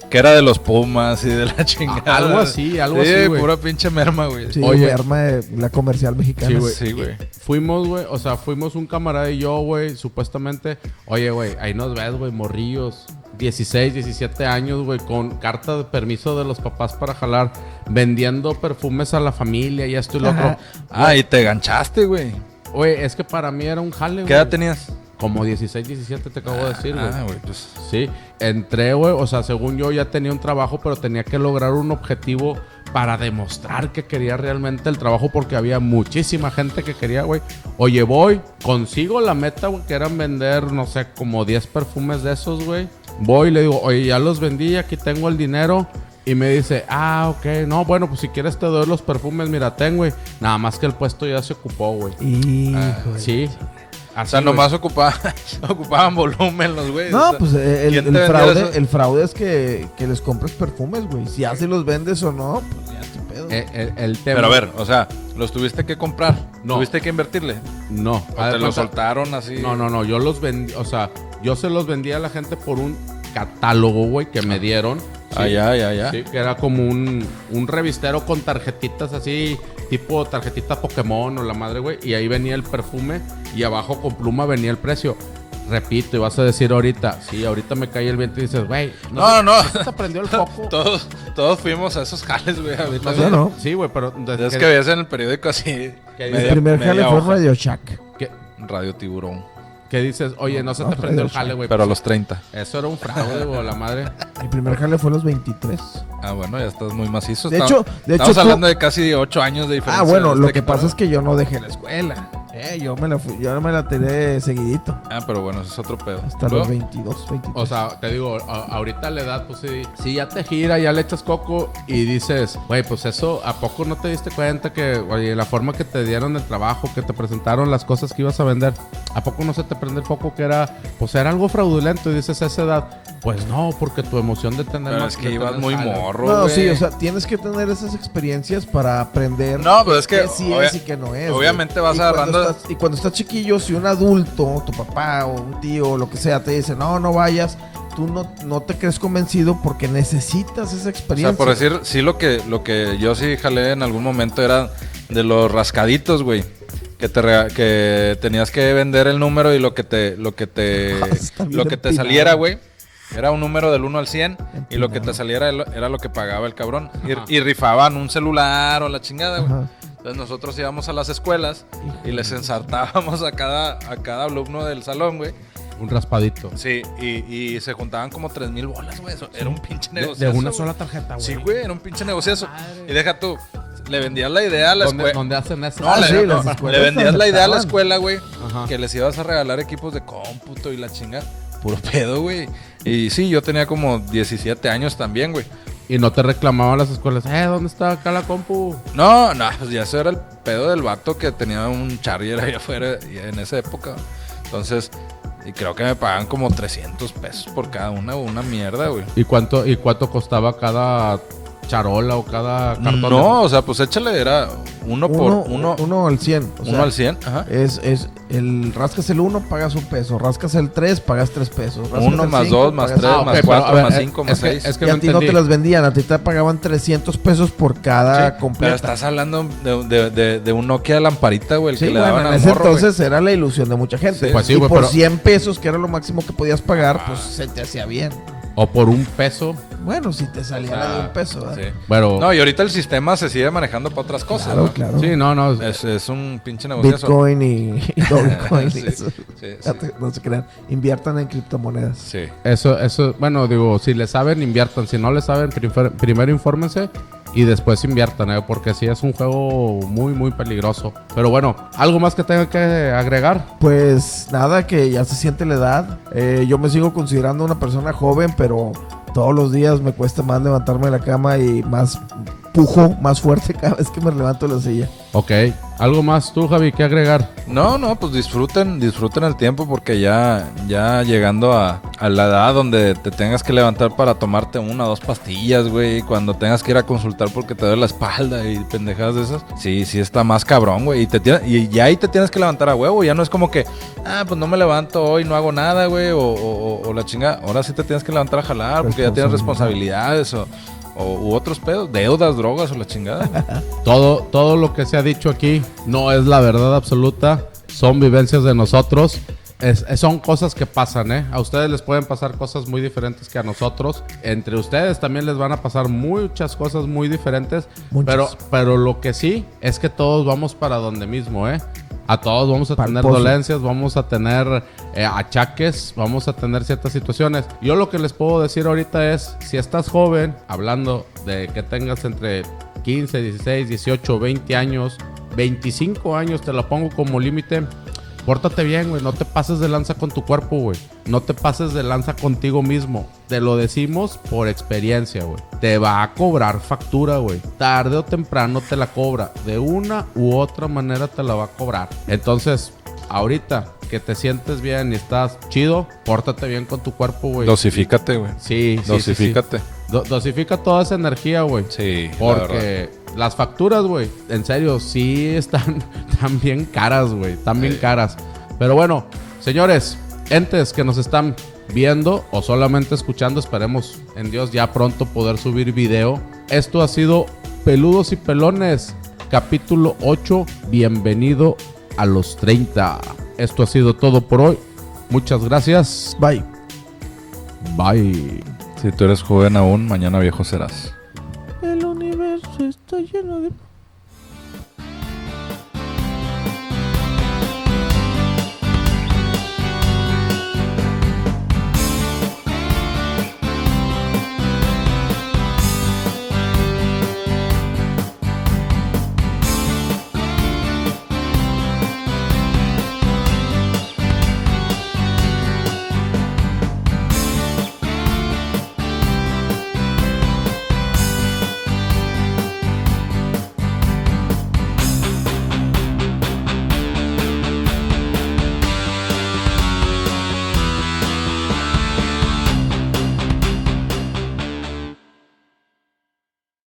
Speaker 3: Que era de los Pumas y de la chingada.
Speaker 1: Ah, algo así, algo
Speaker 3: Sí,
Speaker 1: así, güey.
Speaker 3: pura pinche merma, güey.
Speaker 2: Sí,
Speaker 1: Oye.
Speaker 2: me arma de la comercial mexicana.
Speaker 1: Sí, güey.
Speaker 3: Sí, güey.
Speaker 1: Fuimos, güey, o sea, fuimos un camarada y yo, güey, supuestamente. Oye, güey, ahí nos ves, güey, morrillos. 16, 17 años, güey, con carta de permiso de los papás para jalar, vendiendo perfumes a la familia y esto y lo
Speaker 2: Ajá.
Speaker 1: otro.
Speaker 3: Ah, y te ganchaste, güey.
Speaker 1: Güey, es que para mí era un jale,
Speaker 3: ¿Qué edad
Speaker 1: güey.
Speaker 3: tenías?
Speaker 1: Como 16, 17 te acabo de decir, güey.
Speaker 3: Ah, güey, pues.
Speaker 1: Sí, entré, güey. O sea, según yo ya tenía un trabajo, pero tenía que lograr un objetivo para demostrar que quería realmente el trabajo porque había muchísima gente que quería, güey. Oye, voy, consigo la meta, güey, que eran vender, no sé, como 10 perfumes de esos, güey. Voy y le digo, oye, ya los vendí, aquí tengo el dinero. Y me dice, ah, ok, no, bueno, pues si quieres te doy los perfumes, mira, ten, güey. Nada más que el puesto ya se ocupó, güey.
Speaker 2: Híjole.
Speaker 1: Sí.
Speaker 3: O
Speaker 1: Así,
Speaker 3: sea,
Speaker 1: güey.
Speaker 3: nomás ocupaba- ocupaban volumen los
Speaker 1: Ah,
Speaker 3: güeyes. o
Speaker 2: No,
Speaker 3: sea,
Speaker 2: pues eh, el,
Speaker 3: ¿quién te
Speaker 2: el
Speaker 3: vendió eso?
Speaker 2: fraude, el fraude es que, que les compres perfumes, güey. Si así los vendes o no, pues ya te pedo.
Speaker 1: Eh, eh, el tema.
Speaker 3: Pero a ver, o sea, los tuviste que comprar.
Speaker 1: No.
Speaker 3: Tuviste que invertirle.
Speaker 1: No.
Speaker 3: O
Speaker 1: Haz de
Speaker 3: te
Speaker 1: cuenta-
Speaker 3: los soltaron así.
Speaker 1: No, no, no, yo los vendí, o sea, yo se los vendía a la gente por un catálogo, güey, que me dieron. Sí.
Speaker 3: Ah, ya, ya, ya.
Speaker 1: Sí, que era como un, un revistero con tarjetitas así, tipo tarjetita Pokémon o la madre, güey. Y ahí venía el perfume y abajo con pluma venía el precio. Repito, y vas a decir ahorita, sí, ahorita me cae el viento y dices, güey,
Speaker 3: No, no, no.
Speaker 1: se te prendió el foco.
Speaker 3: Todos, todos fuimos a esos jales, güey.
Speaker 1: No
Speaker 3: ahorita,
Speaker 1: sé,
Speaker 3: güey.
Speaker 2: Claro.
Speaker 1: Sí, güey, pero desde
Speaker 3: Es que
Speaker 1: que-
Speaker 3: veías en el periódico así.
Speaker 1: ¿Qué
Speaker 2: el
Speaker 1: media-
Speaker 2: primer jale fue
Speaker 3: hoja.
Speaker 2: Radio Shack.
Speaker 1: que,
Speaker 3: Radio Tiburón.
Speaker 1: que dices, oye, no se
Speaker 2: No,
Speaker 1: te prendió el
Speaker 2: pero-
Speaker 1: jale, güey.
Speaker 3: Pero a los 30.
Speaker 1: Eso era un fraude, güey, la madre.
Speaker 2: El primer jale fue a los 23.
Speaker 3: Ah, bueno, ya estás muy macizo.
Speaker 2: De
Speaker 3: Está-
Speaker 2: hecho- de
Speaker 3: estamos
Speaker 2: hecho,
Speaker 3: hablando de casi 8 años de diferencia.
Speaker 2: Ah, bueno,
Speaker 3: de
Speaker 2: lo
Speaker 3: este
Speaker 2: que pasa
Speaker 3: camarada.
Speaker 2: es que yo no dejé la escuela. Eh, yo me la fui, yo me la tiré seguidito.
Speaker 3: Ah, pero bueno, eso es otro pedo.
Speaker 2: Hasta
Speaker 3: Luego,
Speaker 2: los 22, 23.
Speaker 1: O sea, te digo, a- ahorita la edad, pues sí, si ya te gira, ya le echas coco y dices, güey, pues eso, ¿a poco no te diste cuenta que, oye, la forma que te dieron el trabajo, que te presentaron las cosas que ibas a vender, ¿a poco no se te prende el foco que era, pues era algo fraudulento y dices a esa edad? Pues no, porque tu emoción de tener
Speaker 3: Pero
Speaker 1: más-
Speaker 3: es
Speaker 1: de
Speaker 3: que ibas
Speaker 1: tener
Speaker 3: muy
Speaker 1: jale.
Speaker 3: morro,
Speaker 2: no,
Speaker 3: güey.
Speaker 2: sí, o sea, tienes que tener esas experiencias para aprender.
Speaker 3: No, pero es que
Speaker 2: qué sí
Speaker 3: obvia-
Speaker 2: es y qué no es. güey.
Speaker 3: obviamente vas
Speaker 2: Y cuando
Speaker 3: agarrando-
Speaker 2: estás- y cuando estás chiquillo, si un adulto, tu papá o un tío, lo que sea, te dice, no, no vayas, tú no, no te crees convencido porque necesitas esa
Speaker 3: O
Speaker 2: experiencia.
Speaker 3: sea, por decir, sí lo que, lo que yo sí jalé en algún momento era de los rascaditos, güey. Que, te rega- que tenías que vender el número y lo que te, lo que te,
Speaker 2: Ah, Está bien
Speaker 3: lo que te
Speaker 2: empinado.
Speaker 3: saliera, güey. Era un número del 1 al 100 y lo que te
Speaker 2: Empinado.
Speaker 3: saliera el- era lo que pagaba el cabrón. Y-
Speaker 1: Ajá.
Speaker 3: Y, rifaban un celular o la chingada, güey.
Speaker 2: Ajá.
Speaker 3: Entonces nosotros íbamos a las escuelas y les ensartábamos a cada, a cada alumno del salón, güey.
Speaker 1: Un raspadito.
Speaker 3: Sí, y, y se juntaban como 3 mil bolas, güey. Eso Era un pinche
Speaker 7: De,
Speaker 3: negocio.
Speaker 7: de una sola tarjeta,
Speaker 1: Ah,
Speaker 7: güey.
Speaker 3: Sí, güey, era un pinche negociazo. Y deja tú, le vendías la idea a la
Speaker 1: ¿Dónde,
Speaker 3: escuela.
Speaker 1: dónde hacen eso?
Speaker 3: No, le,
Speaker 2: Ah, sí,
Speaker 3: no,
Speaker 2: las
Speaker 3: le
Speaker 2: escuelas Ah.
Speaker 3: vendías la idea a la
Speaker 2: aceptaban.
Speaker 3: escuela, güey.
Speaker 1: Ajá.
Speaker 3: Que les ibas a regalar equipos de cómputo y la chinga. Puro pedo, güey. Y sí, yo tenía como 17 años también, güey.
Speaker 1: Y no te reclamaban las escuelas. Eh, ¿dónde está acá la compu?
Speaker 3: No, no, pues ya eso era el pedo del vato que tenía un charger allá afuera y en esa época. Entonces, y creo que me pagaban como 300 pesos por cada una, una mierda, güey.
Speaker 1: ¿Y cuánto, ¿Y cuánto costaba cada charola o cada cartón?
Speaker 3: No, o sea, pues échale, era uno,
Speaker 2: uno,
Speaker 3: por uno, uno,
Speaker 2: uno al 100. O sea,
Speaker 3: al 100. Ajá.
Speaker 2: Es, es el rascas el 1, pagas un peso. Rascas el 3, pagas 3 pesos. rascas
Speaker 3: Uno
Speaker 2: el
Speaker 3: más
Speaker 2: cinco,
Speaker 3: dos, más
Speaker 2: pagas-
Speaker 3: tres,
Speaker 1: Ah, ok,
Speaker 3: más
Speaker 1: pero,
Speaker 3: cuatro,
Speaker 1: a ver,
Speaker 3: más
Speaker 1: eh,
Speaker 3: cinco,
Speaker 1: es
Speaker 3: más
Speaker 1: que-
Speaker 3: seis.
Speaker 1: es que
Speaker 2: Y
Speaker 1: no
Speaker 2: a ti no
Speaker 1: entendí.
Speaker 2: te las vendían, a ti te pagaban 300 pesos por cada
Speaker 3: Pero
Speaker 2: completa.
Speaker 3: estás hablando de, de- de- de un Nokia lamparita, güey, el
Speaker 2: Sí,
Speaker 3: que le
Speaker 2: bueno,
Speaker 3: daban
Speaker 2: en
Speaker 3: al
Speaker 2: ese
Speaker 3: morro, güey.
Speaker 2: entonces era la ilusión de mucha gente.
Speaker 3: Sí. Ah.
Speaker 1: Pues sí,
Speaker 2: y
Speaker 1: güey,
Speaker 2: por
Speaker 1: pero-
Speaker 2: 100 pesos, que era lo máximo que podías pagar, pues se te hacía bien.
Speaker 1: O por un peso.
Speaker 2: Bueno, si te salía la de
Speaker 1: sea,
Speaker 2: un peso, ¿verdad?
Speaker 3: Ah, Sí.
Speaker 1: Bueno,
Speaker 3: No, y ahorita el sistema se sigue manejando para otras cosas,
Speaker 2: Claro,
Speaker 3: ¿no?
Speaker 2: claro.
Speaker 1: sí, no, no.
Speaker 3: Es, es un pinche negocio.
Speaker 2: Bitcoin y, y Dogecoin.
Speaker 3: Sí,
Speaker 2: y eso.
Speaker 3: sí,
Speaker 2: Ya
Speaker 3: sí.
Speaker 2: te- No se crean. Inviertan en criptomonedas.
Speaker 3: Sí.
Speaker 1: Eso, eso, bueno, digo, si le saben, inviertan. Si no le saben, prifer- primero infórmense y después inviertan, ¿eh? porque sí es un juego muy, muy peligroso. Pero bueno, ¿algo más que tenga que agregar?
Speaker 2: Pues nada, que ya se siente la edad. Eh, yo me sigo considerando una persona joven, pero todos los días me cuesta más levantarme de la cama y más pujo, más fuerte cada vez que me levanto de la silla.
Speaker 1: Ok, ¿algo más tú, Javi, que agregar?
Speaker 3: No, no, pues disfruten, disfruten el tiempo porque ya, ya llegando a, a la edad donde te tengas que levantar para tomarte una o dos pastillas, güey, cuando tengas que ir a consultar porque te duele la espalda y pendejadas de esas, sí, sí está más cabrón, güey, y, te tiene- y ya ahí te tienes que levantar a huevo, ya no es como que, ah, pues no me levanto hoy, no hago nada, güey, o, o- o- o la chinga, ahora sí te tienes que levantar a jalar porque ya tienes responsabilidades o, o- u otros pedos, deudas, drogas o la chingada. güey.
Speaker 1: Todo, todo lo que se ha dicho aquí no es la verdad absoluta, son vivencias de nosotros. Es- es- son cosas que pasan, ¿eh? A ustedes les pueden pasar cosas muy diferentes que a nosotros. Entre ustedes también les van a pasar muchas cosas muy diferentes.
Speaker 2: Muchas.
Speaker 1: Pero, pero lo que sí es que todos vamos para donde mismo, ¿eh? A todos vamos a
Speaker 2: Pa'l
Speaker 1: tener
Speaker 2: pozo.
Speaker 1: dolencias, vamos a tener eh, achaques, vamos a tener ciertas situaciones. Yo lo que les puedo decir ahorita es, si estás joven, hablando de que tengas entre 15, 16, 18, 20 años, 25 años, te la pongo como límite, Pórtate bien, güey. No te pases de lanza con tu cuerpo, güey. No te pases de lanza contigo mismo. Te lo decimos por experiencia, güey. Te va a cobrar factura, güey. Tarde o temprano te la cobra. De una u otra manera te la va a cobrar. Entonces, ahorita que te sientes bien y estás chido, pórtate bien con tu cuerpo, güey.
Speaker 3: Dosifícate, güey.
Speaker 1: Pues Sí, sí, sí,
Speaker 3: Dosifícate.
Speaker 1: sí. Do- dosifica toda esa energía, güey.
Speaker 3: Sí, la verdad.
Speaker 1: Porque las facturas, güey, en serio, sí están, están bien caras, güey. Están bien caras. Pero bueno, señores, entes que nos están viendo o solamente escuchando, esperemos en Dios ya pronto poder subir video. Esto ha sido Peludos y Pelones, capítulo 8. Bienvenido a los 30. Esto ha sido todo por hoy. Muchas gracias.
Speaker 2: Bye.
Speaker 1: Bye.
Speaker 3: Si tú eres joven aún, mañana viejo serás.
Speaker 2: El universo está lleno de